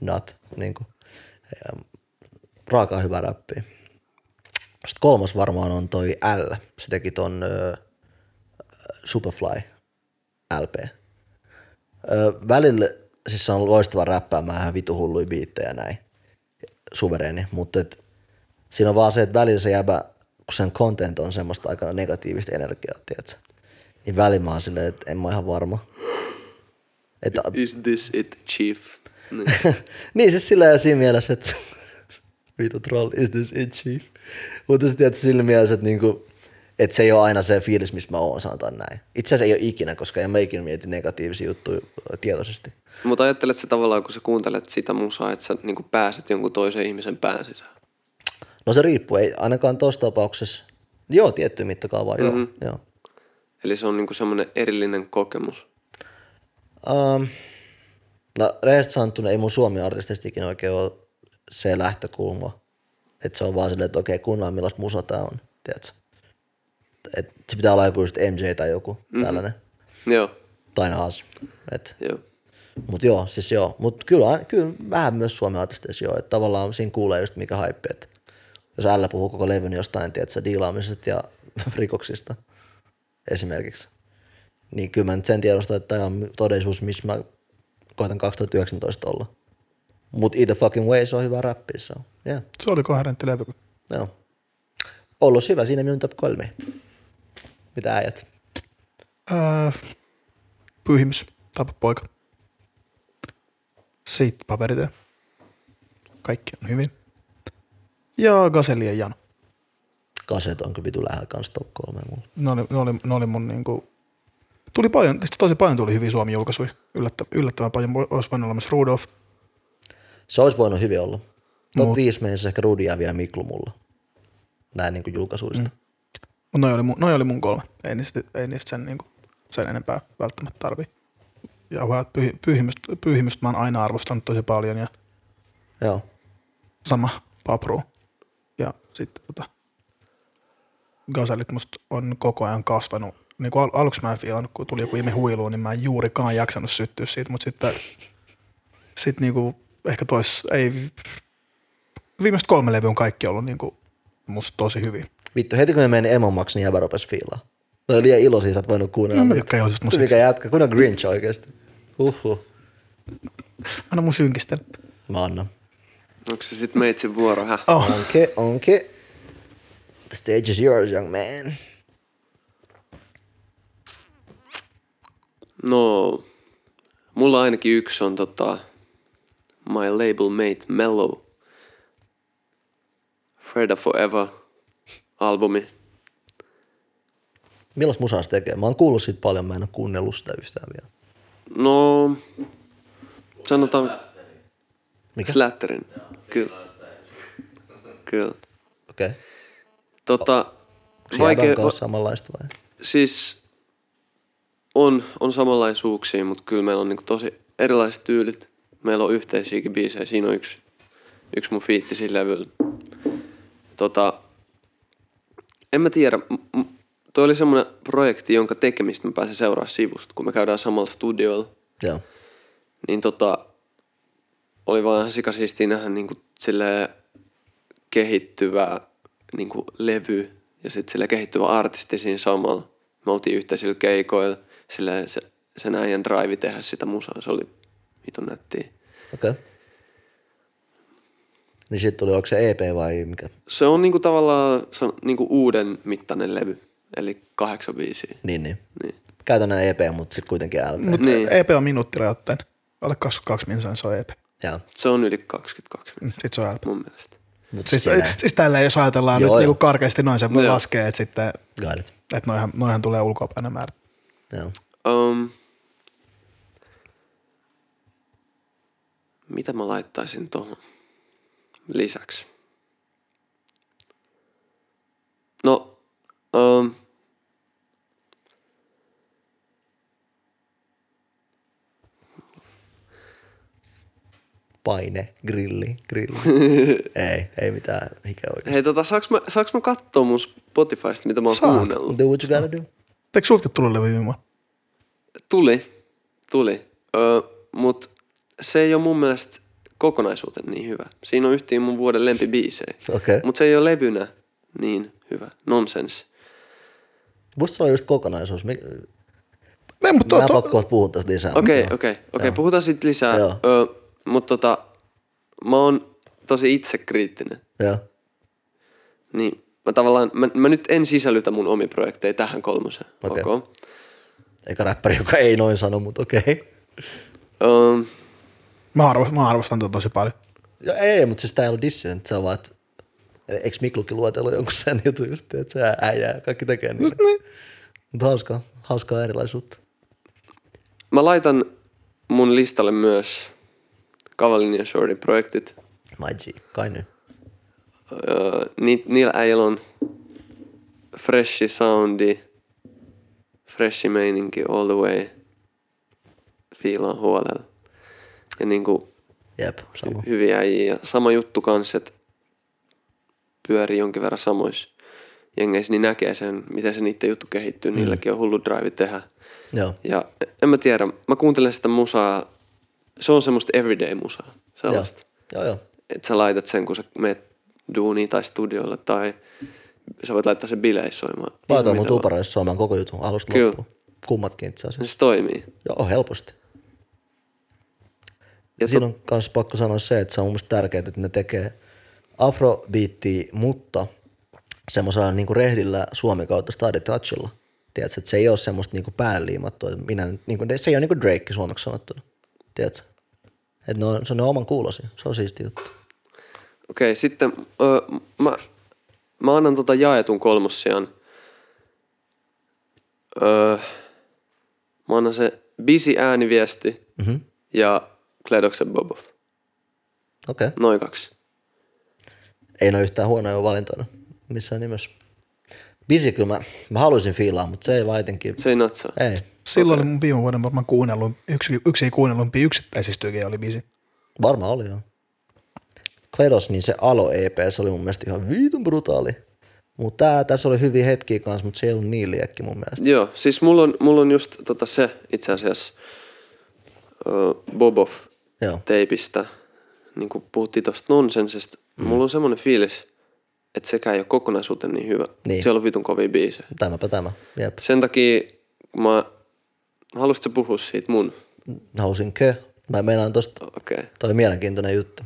Not, niinku. Ja Raakaa hyvää räppiä. Sitten kolmas varmaan on toi L. Se teki ton ö, Superfly LP. Ö, välillä siis se on loistava räppäämään ihan vitu hulluja biittejä näin, suvereeni, mutta et, siinä on vaan se, että välillä se jäbä, kun sen content on semmoista aika negatiivista energiaa, tiedätkö? Niin välillä mä oon silleen, että en mä ihan varma. Että, Is this it, chief? Niin. niin siis sillä siinä mielessä, että vitu troll, is this it chief? Mutta sitten tiedät sillä mielessä, että niinku, et se ei ole aina se fiilis, missä mä oon, sanotaan näin. Itse asiassa ei ole ikinä, koska en mä ikinä mieti negatiivisia juttuja äh, tietoisesti. Mutta ajattelet se tavallaan, kun sä kuuntelet sitä musaa, että sä niin pääset jonkun toisen ihmisen pään sisään. No se riippuu, ei ainakaan tuossa tapauksessa. Joo, tietty mittakaava, joo. Mm-hmm. joo. Eli se on niin semmoinen erillinen kokemus. Um, no rehellisesti sanottuna ei mun suomi-artisteista ikinä oikein ole se lähtökulma. Että se on vaan silleen, että okei, kuunnellaan millaista musa tää on, tiedätkö? Et se pitää olla joku just MJ tai joku mm-hmm. tällainen. Joo, Tai Nas. Et, joo. mut joo, siis joo. Mut kyllä, aina- kyllä vähän myös suomen artisteissa joo. Että tavallaan siinä kuulee just mikä hype. Et jos L puhuu koko levyn jostain, tiedätkö, diilaamisesta ja rikoksista esimerkiksi. Niin kyllä mä nyt sen tiedostan, että tämä on todellisuus, missä mä koitan 2019 olla. Mut Either Fucking Way, se on hyvä räppi, se on. Yeah. Se oli koherentti levy. Joo. Ollut hyvä siinä minun top kolme. Mitä äijät? Öö, pyhimys, tapa poika. Sitten paperityö. Kaikki on hyvin. Ja Gaseli ja Jano. Kaset on kyllä vitu lähellä kans top kolme mulla. Ne oli, ne oli, ne oli mun niinku... Tuli paljon, tosi paljon tuli hyviä Suomi-julkaisuja. Yllättä, yllättävän paljon. Voi- Olisi voinut olla myös Rudolf. Se olisi voinut hyvin olla. Top 5 mennessä ehkä Rudi jää vielä Miklu mulla. Näin niin julkaisuista. Mm. Mutta noi, oli mun- noi oli mun kolme. Ei niistä, ei niistä sen, niinku, sen enempää välttämättä tarvii. Ja huomaat, pyhi, pyhimystä, pyhimystä mä oon aina arvostanut tosi paljon ja Joo. sama papru. Ja sitten tota, gaselit musta on koko ajan kasvanut. Niin kuin al- aluksi mä en fiilannut, kun tuli joku ihme huiluun, niin mä en juurikaan jaksanut syttyä siitä, mutta sitten sit niinku, ehkä tois, ei, viimeiset kolme levyä on kaikki ollut niinku, musta tosi hyvin. Vittu, heti kun ne meni emommaksi, niin jäbä rupes fiilaa. Toi oli liian iloisia, sä oot voinut kuunnella. Mm, mä niitä. tykkään iloisista Vittu, Mikä jätkä, kun on Grinch oikeesti. Huhhuh. Anna mun synkistellä. Mä annan. Onko se sitten meitsin vuoro, häh? Oh. Onke, onke. The stage is yours, young man. No, mulla ainakin yksi on tota, My Label Mate Mellow. Freda Forever albumi. Milloin musaa se tekee? Mä oon kuullut siitä paljon, mä en oo kuunnellut sitä yhtään vielä. No, sanotaan Mikä? Slatterin. Kyllä. Kyllä. Okei. Okay. Tota, Vaikea... vaikea, kanssa samanlaista vai? siis on, on samanlaisuuksia, mutta kyllä meillä on niinku tosi erilaiset tyylit. Meillä on yhteisiäkin biisejä. Siinä on yksi, yksi mun fiitti sillä levyllä. Tota, en mä tiedä. M- m- toi oli semmoinen projekti, jonka tekemistä mä pääsin seuraa sivusta, kun me käydään samalla studioilla Joo. niin tota, oli vaan ihan sikasiistiä nähdä niin kuin silleen kehittyvä niin kuin levy ja sitten sille kehittyvä artisti siinä samalla. Me oltiin yhteisillä keikoilla, sillä se, sen äijän drive tehdä sitä musaa, se oli vitun nättiä. Okei. Okay. Niin sitten tuli, onko se EP vai mikä? Se on niinku tavallaan se on niinku uuden mittainen levy, eli kahdeksan biisiä. Niin, niin. E Niin. Käytännön EP, mutta sitten kuitenkin LP. Mutta Niin. niin. EP on minuuttirajoitteen. Alle 22 minsan se on EP. Joo. Se on yli 22 minuuttia Sitten se on LP. mun mielestä. Mut Siis, siis tälleen, jos ajatellaan Joo, joo, nyt joo. niinku karkeasti noin, sen voi Joo. laskea, että sitten Got it. et noihan, noihan tulee ulkoapäin nämä määrät. Joo. Um, mitä mä laittaisin tuohon lisäksi? No, um, paine, grilli, grilli. ei, ei mitään mikä oikein. Hei, tota, saaks mä, saaks mä kattoo mun Spotifysta, mitä mä oon Saat. kuunnellut? Do what you gotta do. Eikö sulta tullut levy viime vuonna? Tuli, tuli. Öö, Mutta se ei ole mun mielestä kokonaisuuten niin hyvä. Siinä on yhtiin mun vuoden lempibiisejä. Okei. Mutta se ei ole levynä niin hyvä. Nonsens. Musta se on just kokonaisuus. Me, Ei, mutta mä en to, pakko to, kohta puhua tästä lisää. Okei, mutta- okei, okei. Puhutaan sitten lisää. Joo. Öö, Mutta tota, mä oon tosi itsekriittinen. Joo. Niin mä tavallaan, mä, mä nyt en sisällytä mun omia projekteja tähän kolmoseen. Okei. Okei. Okay. Eikä räppäri, joka ei noin sano, mutta okei. Öö, mä, arvostan, mä arvostan tota tosi paljon. Ja ei, mutta siis tää ei ollut dissi, nyt se on vaan, että eiks Miklukin luotellut jonkun sen jutun just, että se äijää ja kaikki tekee niitä. niin. Mutta hauskaa, hauskaa erilaisuutta. mä laitan mun listalle myös Kavalin ja Shortin projektit. My G, kai nyt. Öö, ni, niillä äijillä on freshi soundi, freshi meininki all the way, fiilan huolella. Ja niinku Jep, sama. hyviä äijiä. Ja Sama juttu kans, että pyörii jonkin verran samoissa jengeissä, niin näkee sen, miten se niiden juttu Mm. kehittyy. Niilläkin on hullu drive tehdä. Joo. Ja en mä tiedä, mä kuuntelen sitä musaa, se on semmoista everyday musaa, Joo. sellaista Joo, joo. että sä laitat sen, kun sä meet duuniin tai studiolle tai sä voit laittaa sen bileissä soimaan. Laitoin mun Mitä vaan. tupareissa soimaan koko jutun alusta Kyllä. Mm. loppuun. Kummatkin itse asiassa. Se toimii. Joo, helposti. Ja Ja Siinä on myös pakko sanoa se, että se on mun mielestä tärkeää, että ne tekee afrobiittiä, mutta semmoisella niinku rehdillä Suomen kautta Stadi Touchilla. Tiedätkö, että se ei ole semmoista niinku päälle liimattua. että Minä, nyt niinku, se ei ole niinku Drake suomeksi sanottuna. Tiedätkö? Että ne on, se on ne oman kuulosi. Se on siisti juttu. Okei, sitten öö, mä, mä annan tota jaetun kolmossian. Öö, mä annan se Busy ääniviesti mm-hmm. ja Kledoksen Boboff. Okei. Okay. Noin kaksi. Ei ne ole yhtään huonoja valintoina missään nimessä. Bisi kyllä mä, mä haluaisin fiilaa, mutta se ei vaan jotenkin. Se ei natsaa. Ei. Silloin oli mun viime vuoden varmaan kuunnellun, yksi, yksi kuunnellumpia yksittäisistä tykejä oli biisi. Varmaan oli joo. Kledos, niin se alo EP, se oli mun mielestä ihan viitun brutaali. Mutta tää, tässä oli hyviä hetkiä kanssa, mutta se ei ollut niin liekki mun mielestä. Joo, siis mulla on, mulla on just tota se itse asiassa öö, Boboff Joo. teipistä, niin kuin puhuttiin tuosta nonsensista, mm. mulla on semmoinen fiilis, että sekään ei ole kokonaisuuteen niin hyvä. Niin. Siellä on vitun kovia biisejä. Tämäpä tämä. Jep. Sen takia mä, haluaisit sä puhua siitä mun? Halusinkö? Mä meinaan tosta. Okei. Okay. Tämä oli mielenkiintoinen juttu.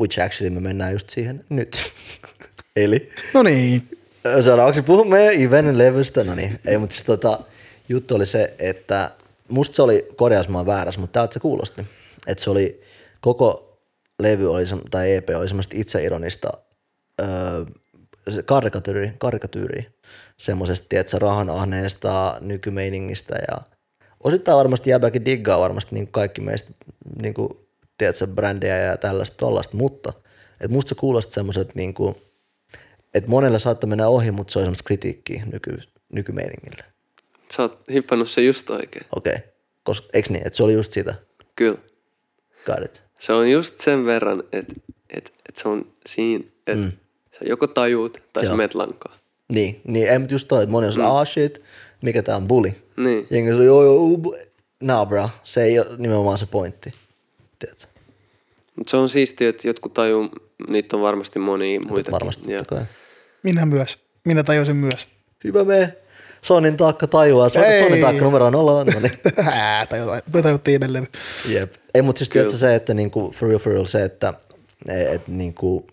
Which actually me mennään just siihen nyt. Eli No niin, Ö, Seuraavaksi puhumme Ivenin levystä. No niin, ei, mutta siis tota, juttu oli se, että musta se oli, korjaus mä oon väärässä, mutta täältä se kuulosti. Että se oli, koko levy oli, sem- tai EP oli semmoista itseironista öö, se karikatyyri, karikatyyri semmoisesta, tietsä, rahanahneesta, nykymeiningistä ja osittain varmasti jäbäkin diggaa varmasti niin kaikki meistä, niin kuin, tietsä, brändejä ja tällaista tollaista, mutta et musta se kuulosti semmoiset niin kuin, et monella saattaa mennä ohi, mutta se on semmoista kritiikkiä nyky, nykymeiningillä. Sä oot hiffannut se just oikein. Okei. Okay. Koska, eiks niin? Että se oli just sitä. Kyllä. Got it. Se on just sen verran, että et, et se on siinä, että mm. sä joko tajuut tai sä Joo. meet lankaan. Niin, niin ei, mutta just toi, että moni on mm. ah shit, mikä tää on, bully. Niin. Jengi on joo, joo, ubu. Nah, bro, se ei ole nimenomaan se pointti. Tiedätkö? Mutta se on siistiä, että jotkut tajuu, niitä on varmasti monia muitakin. Varmasti, Ja- totta kai. minä myös. Minä tajusin myös. Hyvä me. Sonin taakka tajuaa. Son, Ei. Sonin taakka numero on olla. No niin. Ää, tajutaan, me tajuttiin edelleen. levy. Jep. Ei, mutta siis Kyllä. tiedätkö se, että niinku, for real, for real, se, että et, niinku,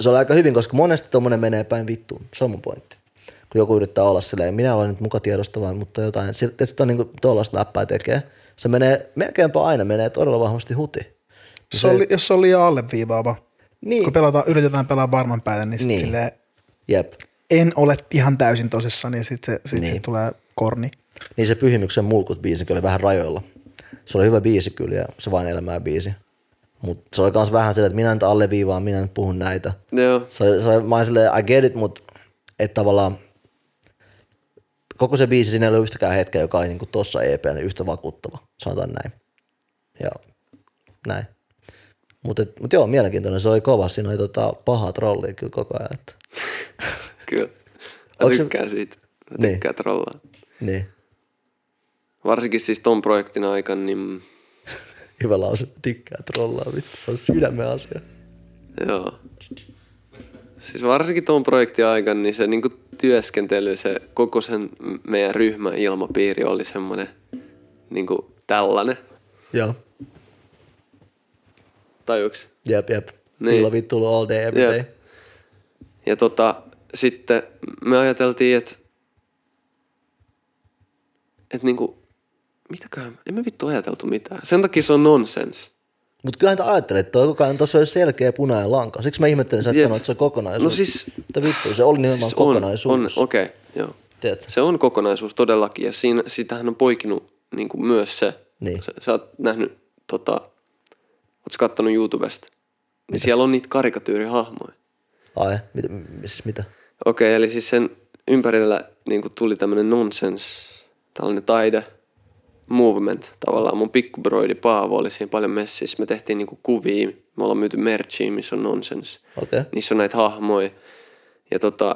se on aika hyvin, koska monesti tuommoinen menee päin vittuun. Se on mun pointti. Kun joku yrittää olla silleen, minä olen nyt muka tiedostava, mutta jotain, että sitten on niinku tuollaista läppää tekee. Se menee, melkeinpä aina menee todella vahvasti huti. Se oli, jos se oli liian alleviivaava. Niin. Kun pelataan, yritetään pelaa varman päälle, niin, sit Niin. niin. Silleen, Jep. en ole ihan täysin tosissaan, niin sitten se, sit Niin. niin. se tulee korni. Niin se Pyhimyksen mulkut biisi oli vähän rajoilla. Se oli hyvä biisi kyllä ja se vain elämää biisi. Mutta se oli myös vähän silleen, että minä nyt alleviivaan, minä nyt puhun näitä. Joo. Se, oli- se, oli- mä olin silleen, I get it, mutta et tavallaan koko se biisi siinä ei E niin ollut yhtäkään hetkeä, joka oli niinku tossa EPn yhtä vakuuttava, sanotaan näin. Ja näin. Mutta mut joo, mielenkiintoinen. Se oli kova. Siinä oli tota, paha trolli kyllä koko ajan. Että. Kyllä. Mä Onks se- tykkään siitä. Mä Niin. tykkään trollaa. Niin, Varsinkin siis ton projektin aikana, niin hyvä lause. Tykkää trollaa, vittu. Se on sydämen asia. Joo. Siis varsinkin tuon projektin aikana, niin se niinku työskentely, se koko sen meidän ryhmän ilmapiiri oli semmoinen niinku tällainen. Joo, Tajuuks? jep, jep. Niin. Niin.Illa vittu all day, every Jep. day. Ja tota, sitten me ajateltiin, että että niinku, mitäköhän, emme vittu ajateltu mitään. Sen takia se on nonsens. Mutta kyllähän te ajattelet, että toi koko ajan tuossa oli selkeä punainen lanka. Siksi mä ihmettelin, että sä et Jep. sanoa, että se on kokonaisuus. No siis- Mutta vittu, se oli nimenomaan siis on, kokonaisuus. on okei, okay, joo. Tiedätkö? Se on kokonaisuus todellakin ja siinä, sitähän on poikinut niin kuin myös se. Niin. Sä, sä oot nähnyt, tota, oot sä kattonut YouTubesta, niin siellä on niitä karikatyyrihahmoja. Ai, mit, m- siis mitä? Okei, okay, eli siis sen ympärillä niin kuin tuli tämmöinen nonsense, tällainen taide, movement tavallaan. Mun pikkubroidi Paavo oli siinä paljon messissä. Me tehtiin niin kuin kuvia, me ollaan myyty merchia, missä on nonsense Okei. Okay. niissä on näitä hahmoja. Ja tota,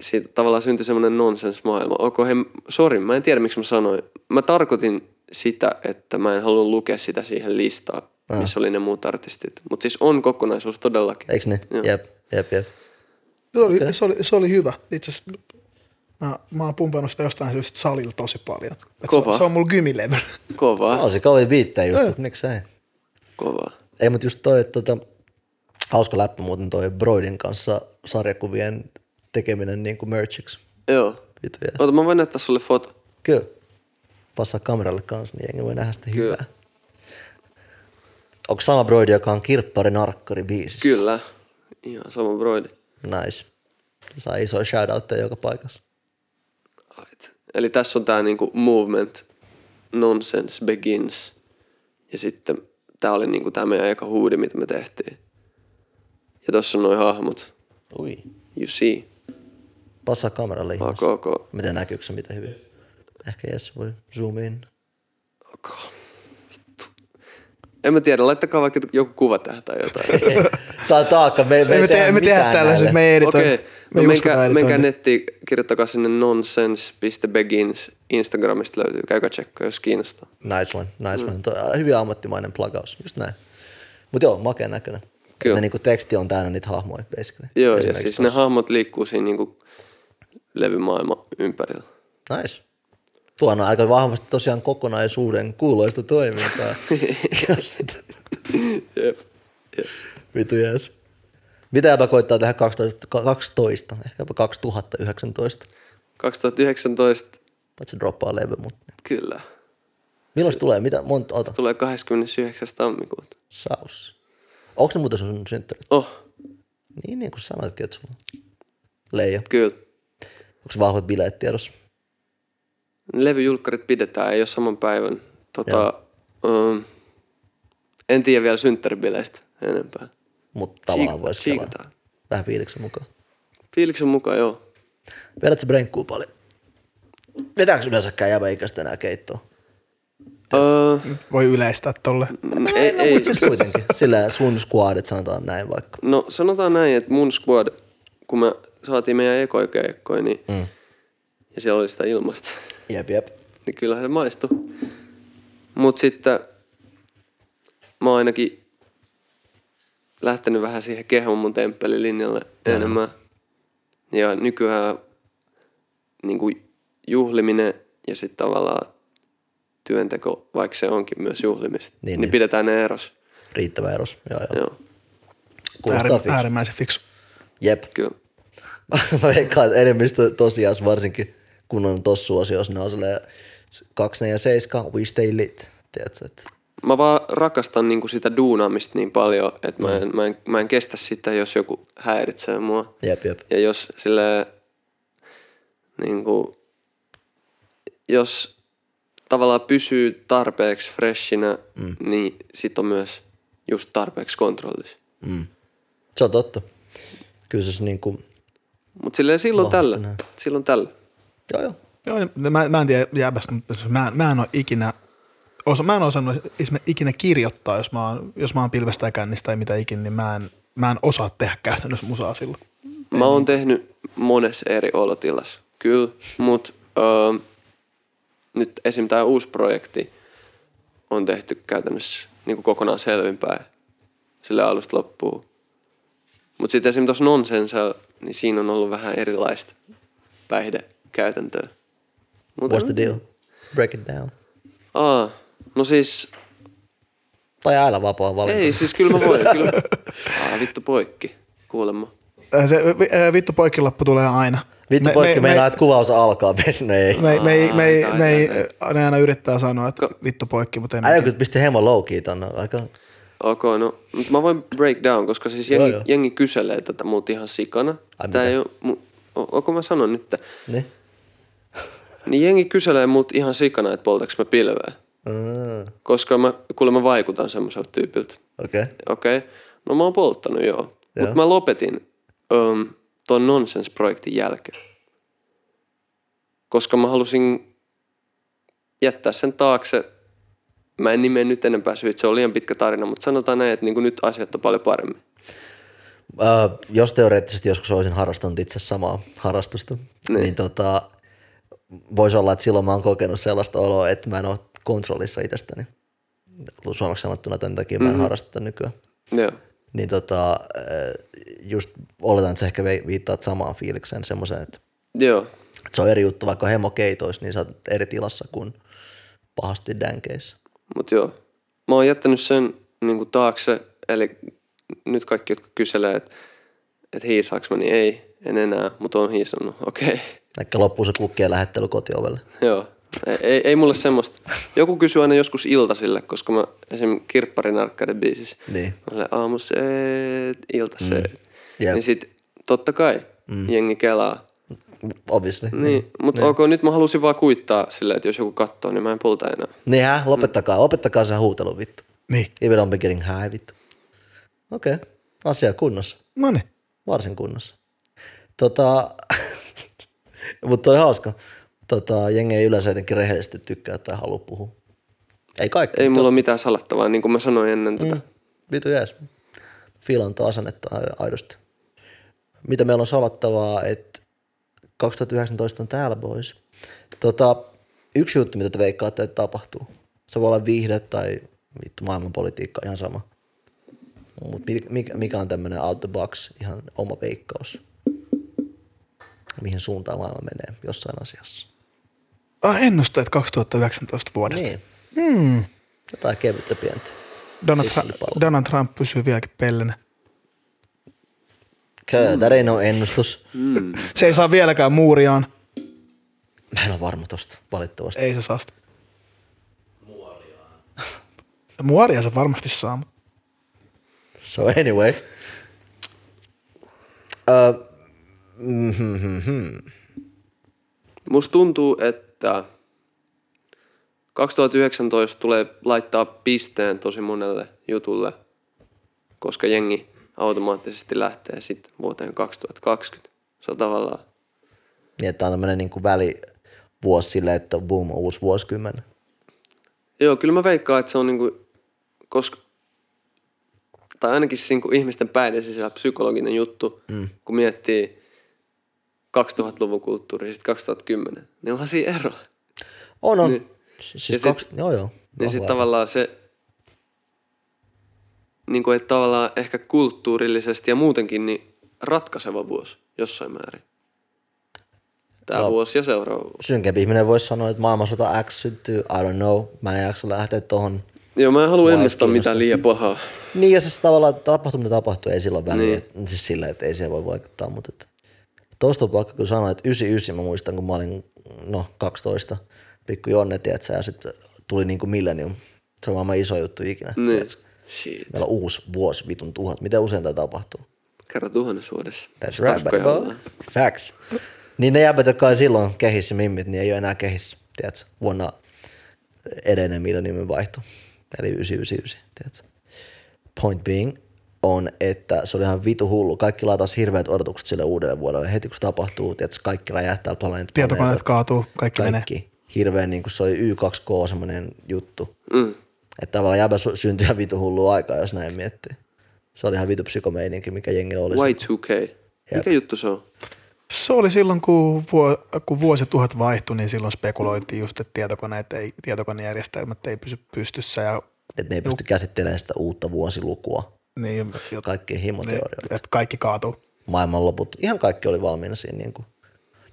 siitä tavallaan syntyi semmoinen nonsensmaailma. Okei, okay, sori, mä en tiedä miksi mä sanoin. Mä tarkoitin sitä, että mä en halua lukea sitä siihen listaan, missä oli ne muut artistit. Mutta siis on kokonaisuus todellakin. Eiks niin? Joo. Jep, jep, jep. Se oli, okay. se oli, se oli hyvä. Itse asiassa mä, mä oon pumpannut sitä jostain syystä salilla tosi paljon. Et Kova. Se, se on mulla gymilevy. No, Kovaa, on se kovin biittejä just, että miksei. kovaa. Ei, mutta just toi, että tota, hauska läppä muuten toi Broidin kanssa sarjakuvien tekeminen niin kuin merchiksi. Joo. Vitu jees. Ota, mä voin näyttää sulle foto. Kyllä. Passaa kameralle kanssa, niin jengi voi nähdä sitä Kyllä. hyvää. Onko sama Broidi, joka on kirppari narkkari biisissä? Kyllä. Ihan sama broidi. Nice. Saa isoja shoutoutteja joka paikassa. Right. Eli tässä on tämä niinku movement, nonsense begins. Ja sitten tämä oli niinku tämä meidän eka huudi, mitä me tehtiin. Ja tossa on noin hahmot. Ui. You see. Passaa kameralle ihmisiä. Ok, ok, Miten näkyykö se mitä hyvin? Ehkä Jesse voi zoom in. ok. Vittu. En mä tiedä, laittakaa vaikka joku kuva tähän tai jotain. Tää on taakka, me, me, Ei me tehdä, me tehdä mitään tällaiset, näille. me ei editoi. Okei, me no ei menkää, editointi. menkää nettiin, kirjoittakaa sinne nonsense.begins. Instagramista löytyy, käykää tsekkaa, jos kiinnostaa. Nice one, nice Mm. one. Toi, äh, hyvin ammattimainen plagaus, just näin. Mut joo, makea näköinen. Kyllä. Kyllä. Ne niinku teksti on täynnä niitä hahmoja, basically. Joo, ja Esimerkiksi siis ne hahmot liikkuu siinä niinku levymaailman ympärillä. tossa. Nice. Tuohan on aika vahvasti tosiaan kokonaisuuden kuuloista toimintaa. Jep. Vitu jees. Mitäpä koittaa tehdä 12, 12 ehkä jopa 2019. 2019, Paitsi droppaa levy, mutta kyllä. milloin se tulee? Mitä? Monta? Ota. Tulee 29. tammikuuta. Saus. Onko ne muuten sun synttärit? Oh, Niin, niin kuin sanoitkin, että sulla on. Leija. kyllä. Onko vahvat bileet tiedossa? Levyjulkkarit pidetään, ei ole saman päivän. Tota, um, en tiedä vielä synttäribileistä enempää. Mutta tavallaan Tsiik- voisi pelaa. tsiikataan. Vähän fiiliksen mukaan. Fiiliksen mukaan joo. Vedätkö brenkkuu paljon? Vetääkö yleensäkään jäbäikäistä enää keittoa? Öö, Voi yleistää tolle. ei, No, ei. mut siis kuitenkin. Sillä sun squadit sanotaan näin vaikka. No sanotaan näin, että mun squad, kun me saatiin meidän ekoja keikkoja, niin, mm. ja siellä oli sitä ilmasta, Jep, jep. niin kyllähän se maistui. Mut sitten mä oon ainakin lähtenyt vähän siihen kehon mun temppelilinjalle enemmän. Ja nykyään niin kuin juhliminen ja sitten tavallaan työnteko, vaikka se onkin myös juhlimista, niin, niin, niin. niin. pidetään ne eros. Riittävä eros. Joo, joo. Joo, Kuulostaa Äärim, fiksu. äärimmäisen fiksu. Jep. kyllä. Mä veikkaan, että enemmistö tosiaan varsinkin kun on tossa suosiossa, ne on silleen 2, 4 ja 7, we stay lit. Tiedätkö, että mä vaan rakastan niinku sitä duunaamista niin paljon, että mä en, mä, en, mä en kestä sitä, jos joku häiritsee mua. jep, jep. Ja jos sille niinku, jos tavallaan pysyy tarpeeksi freshinä, mm. niin sit on myös just tarpeeksi kontrollissa. Se on totta. Kyllä se niin kuin, Mutta silleen silloin Vahvasti tällä, näin. silloin tällä. joo joo. siis Joo, ja mä, mä en tiedä jääbästä, mutta mä, mä en ole ikinä osa, mä en osannut is- ikinä kirjoittaa, jos mä oon, jos mä oon pilvestä tai kännistä tai mitä ikinä, niin mä en, mä en osaa tehdä käytännössä musaa silloin. Mä oon tehnyt monessa eri olotilassa, kyllä, mutta öö, nyt esim. tämä uusi projekti on tehty käytännössä niin kokonaan selvinpäin sille alusta loppuun. Mutta sitten esim. tuossa Nonsensa, niin siinä on ollut vähän erilaista päihdekäytäntöä. Mut What's the deal? Break it down. Aa, no siis, Tai aina vapaa valinta. ei, siis kyllä mä voin, kyllä. Aa, vittu poikki, kuulemma. Äh, Se vi- ää, vittu poikkilappu tulee aina. Vittu Me- poikki, me- meinaa, me- että kuvaus alkaa vesi. No ei. Me, me, ei- me, ei- Ai, ai, me, ei- ai, ne aina yrittää sanoa, että vittu poikki, mutta ei Äijä me- kun pisti hemo loukiin tonne. Aika... Ok, no mut mä voin break down, koska siis jengi, joo. jengi kyselee tätä multa ihan sikana. Tää Ai mitä? ei oo, mu, o- onko mä sanon nyt? tää? Niin. Niin jengi kyselee multa ihan sikana, että poltaks mä pilveä. Mm, Koska mä, kuulemma vaikutan semmoiselta tyypiltä. Okei. Okay. Okei, okay. no mä oon polttanut joo. Joo. Mutta mä lopetin öm, ton Nonsense-projektin jälkeen. Koska mä halusin jättää sen taakse. Mä en nimeä nyt enempää syyt, se on liian pitkä tarina, mutta sanotaan näin, että niinku nyt asiat on paljon paremmin. Ö, Äh, jos teoreettisesti joskus olisin harrastanut itse samaa harrastusta, niin, niin tota, voisi olla, että silloin mä oon kokenut sellaista oloa, että mä en ole kontrollissa itsestäni. Suomeksi sanottuna tämän takia mä en harrasta tätä nykyään. Joo. Niin tota, ö, just oletan, että sä ehkä vi- viittaat samaan fiilikseen semmoiseen, että Joo, että se on eri juttu, vaikka hemokeitois, niin sä oot eri tilassa kuin pahasti dänkeissä. mut joo. Mä oon jättänyt sen niinku taakse, eli nyt kaikki, jotka kyselee, että et hiisaaks mä, niin ei, en enää, mutta on hiisannut, okei. Okay. Ehkä loppuu se kukkien lähettely kotiovelle. Joo. Ei, ei, ei mulle semmoista. Joku kysyy aina joskus iltasille, koska mä esim. kirpparinarkkaiden biisissä. Niin. Mä olen aamu se, ilta se. Jep. Niin sit totta kai mm. jengi kelaa. Obviously. Niin, mutta ok, nyt mä halusin vaan kuittaa silleen, että jos joku katsoo, niin mä en polta enää. Niin hä? Lopettakaa, lopettakaa se huutelu vittu. Niin. Even on beginning high vittu. Okei, okay. asia kunnossa. No niin. Varsin kunnossa. Tota, mutta oli hauska. Tota, jengi ei yleensä jotenkin rehellisesti tykkää tai halua puhua. Ei kaikki. Ei mulla ole mitään salattavaa, niin kuin mä sanoin ennen tätä. Mm. Vitu jees. Fiilan tuo asennetta ai- aidosti. Mitä meillä on salattavaa, että 2019 on täällä boys. Tota, yksi juttu, mitä te veikkaatte, että tapahtuu. Se voi olla viihde tai vittu maailmanpolitiikka, ihan sama. Mutta mikä, mikä on tämmöinen out the box, ihan oma veikkaus? Mihin suuntaan maailma menee jossain asiassa? Ah, ennusteet 2019 vuodelta. Niin. Mm. Jotain kevyttä pientä. Donald, Pikkupallo. Tra- Donald Trump pysyy vieläkin pellenä. Kyllä, mm. ei ole ennustus. Se ei saa vieläkään muuriaan. Mä en ole varma tosta, valitettavasti. Ei se saa sitä. Muoriaan. Muoria se varmasti saa. mut- So anyway. Ö, mhm. Musta tuntuu, että 2019 tulee laittaa pisteen tosi monelle jutulle, koska jengi automaattisesti lähtee sitten vuoteen 2020. Se on tavallaan, Niin, että on tämmöinen niinku välivuosi sille, että boom, uusi vuosikymmen. joo, kyllä mä veikkaan, että se on niinku, koska, tai ainakin siis niinku ihmisten päiden sisällä psykologinen juttu, mm. kun miettii 2000-luvun kulttuuri, sitten 2010, niin onhan siinä ero. On, on. Niin. Siis Ja sit- kaksi, joo joo. Niin sitten Vahvaa. tavallaan se, niin kuin, että tavallaan ehkä kulttuurillisesti ja muutenkin niin ratkaiseva vuosi jossain määrin. Tämä Joo. vuosi ja seuraava vuosi. Synkempi ihminen voisi sanoa, että maailmansota X syntyy, I don't know, mä en jaksa lähteä tohon. Joo, mä en halua Mua ei ennustaa kiinnosta. mitään liian pahaa. Niin ja se siis tavallaan että tapahtuu mitä tapahtuu, ei silloin väliä. Niin. Niin. Siis sillä, että ei siellä voi vaikuttaa, mutta et, tosta on pakko kyllä sanoa, että 99 mä muistan, kun mä olin no 12, pikku Jonne, tiedätkö, ja sitten tuli niinku millennium. Se on maailman iso juttu ikinä. Niin. tiedätkö. Shit. Meillä on uusi vuosi, vitun tuhat. Miten usein tämä tapahtuu? Kerran tuhannessa vuodessa. That's right, Tarkkoja baby. ollaan. Facts. Niin ne jäbät, jotka oli silloin kehissä mimmit, niin ei ole enää kehissä, tiedätkö? Vuonna edellinen millenniumin vaihto, eli 999, tiedätkö? Point being on, että se oli ihan vitu hullu. Kaikki laitasi hirveät odotukset sille uudelle vuodelle. Heti kun se tapahtuu, tiedätkö, kaikki räjähtää planeet. Tietokoneet planeetat, kaatuu, kaikki, kaikki menee. Kaikki. hirveän, niin kuin se oli Y2K semmoinen juttu. Mm. Että tavallaan jäbä sy- syntyi ihan vitu hullu aikaa, jos näin miettii. Se oli ihan vitu psykomeininki, mikä jengillä oli. Y2K. Mikä juttu se on? Se oli silloin, kun, vuo, kun vuosituhat vaihtui, niin silloin spekuloitiin just, että tietokoneet ei, tietokonejärjestelmät ei pysy pystyssä. Ja, Että ne ei pysty käsittelemään sitä uutta vuosilukua. niin, jot- Kaikki niin, himoteorioita. että kaikki kaatuu. maailmanloput, ihan kaikki oli valmiina siinä. Niin kuin.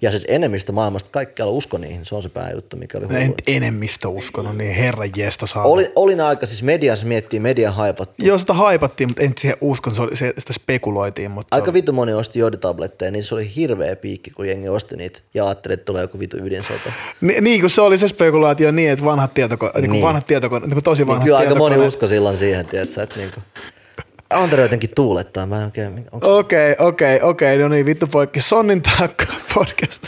Ja siis enemmistö maailmasta, kaikkialla usko niihin, se on se pääjuttu, mikä oli En hullu. enemmistö uskonut, niin herran jeesta saa. Oli, olin aika, siis mediassa miettii, media haipattu. Joo, sitä haipattiin, mutta en siihen uskonut, se oli, se, sitä spekuloitiin. Mutta Aika vitu moni osti joditabletteja, niin se oli hirveä piikki, kun jengi osti niitä ja ajatteli, että tulee joku vitu ydinsota. Ni, niin, kun se oli se spekulaatio niin, että vanhat tietokoneet, niin. Niin. niin vanhat tietokoneet, niin kuin tosi Niin vanhat kyllä aika tietokoneet. moni usko silloin siihen, tiedätkö, että niinku. Antero jotenkin tuulettaa, mä en oikein, onko, Okei, okei, okei, no niin, vittu poikki. Sonnin taakka podcast.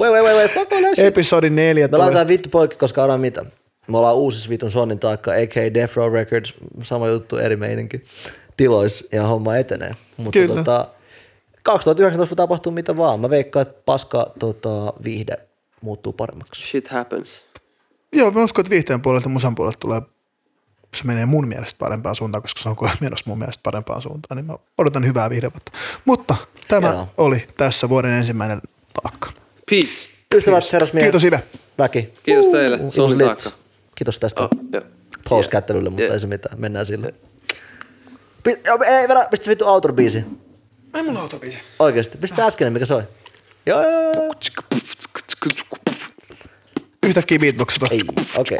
wait, wait, wait, wait, fuck all that shit. Episodi 4. Me laitetaan vittu poikki, koska arvaa mitä. Me ollaan uusissa vitun sonnin taakka, a.k.a. Death Row Records, sama juttu, eri meininki, tilois ja homma etenee. Mutta Kyllä. tota, 2019 voi tapahtua mitä vaan. Mä veikkaan, että paska tota, viihde muuttuu paremmaksi. Shit happens. Joo, mä uskon, että viihteen puolelta ja musan puolelta tulee, se menee mun mielestä parempaan suuntaan, koska se on koko ajan menossa mun mielestä parempaan suuntaan, niin mä odotan hyvää viihdevuotta. Mutta tämä Joo. oli tässä vuoden ensimmäinen taakka. Peace. Ystävät, herrasmiehet. Kiitos, Ive. Väki. Kiitos teille. It Se oli was lit. taakka. Kiitos tästä Oh, oh, joo. pause-kättelylle, mutta Yeah. ei se mitään. Mennään sillä. Pi- joo, ei, vedä, pistä vittu outro-biisi. Ei mulla autobiisi. Oikeesti. Pistä äskeinen, mikä soi. Joo, joo, joo. Yhtäkkiä beatboxata. Ei, okei.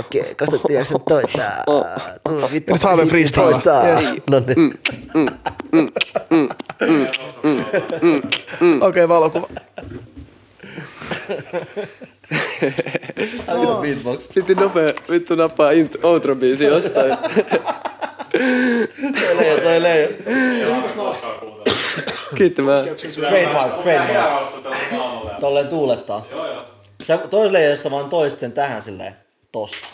Okei, 2019. Oh. Tulla vittu. Nyt haave freestyle. Toista. Yes. No Mm. niin. Okei, okay, valokuva. Piti nopea vittu napaa int- outro biisi jostain. Toi leijo. Kiitti mä. Trademark, trademark. Trademark. Tolleen tuulettaa. Sä tois leijo, jos sä vaan toist sen tähän silleen. Tossa.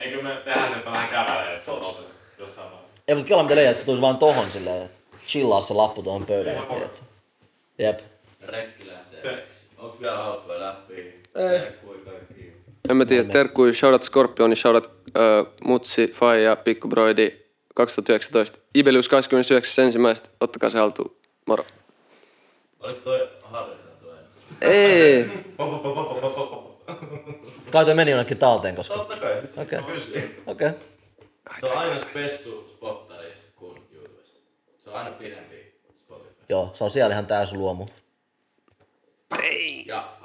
Eikö me tehdä sen, että vähän kävelee, jos on nopeasti, jossain vaiheessa. Ei, mutta kyllä mitä leijo, että se tulis vaan tohon silleen. Chillaa se lappu tohon pöydään. tiedätkö? Jep. Rekki lähtee. Onko vielä hauskoja läppiä? Ei. En mä tiedä, terkkuja, shoutout Scorpioni, shoutout uh, Mutsi, Faija, Pikku Broidi, 2019. Ibelius 29.1. Ottakaa se haltuun. Moro. Oliko toi harjoitella toi? Ei. Kai toi meni jonnekin talteen, koska... Totta kai, siis Okei. pysyy. Okei. Se on aina spessu spottaris kuin YouTubessa. Se on aina pidempi Spotify. Joo, se on siellä ihan täys luomu. Ja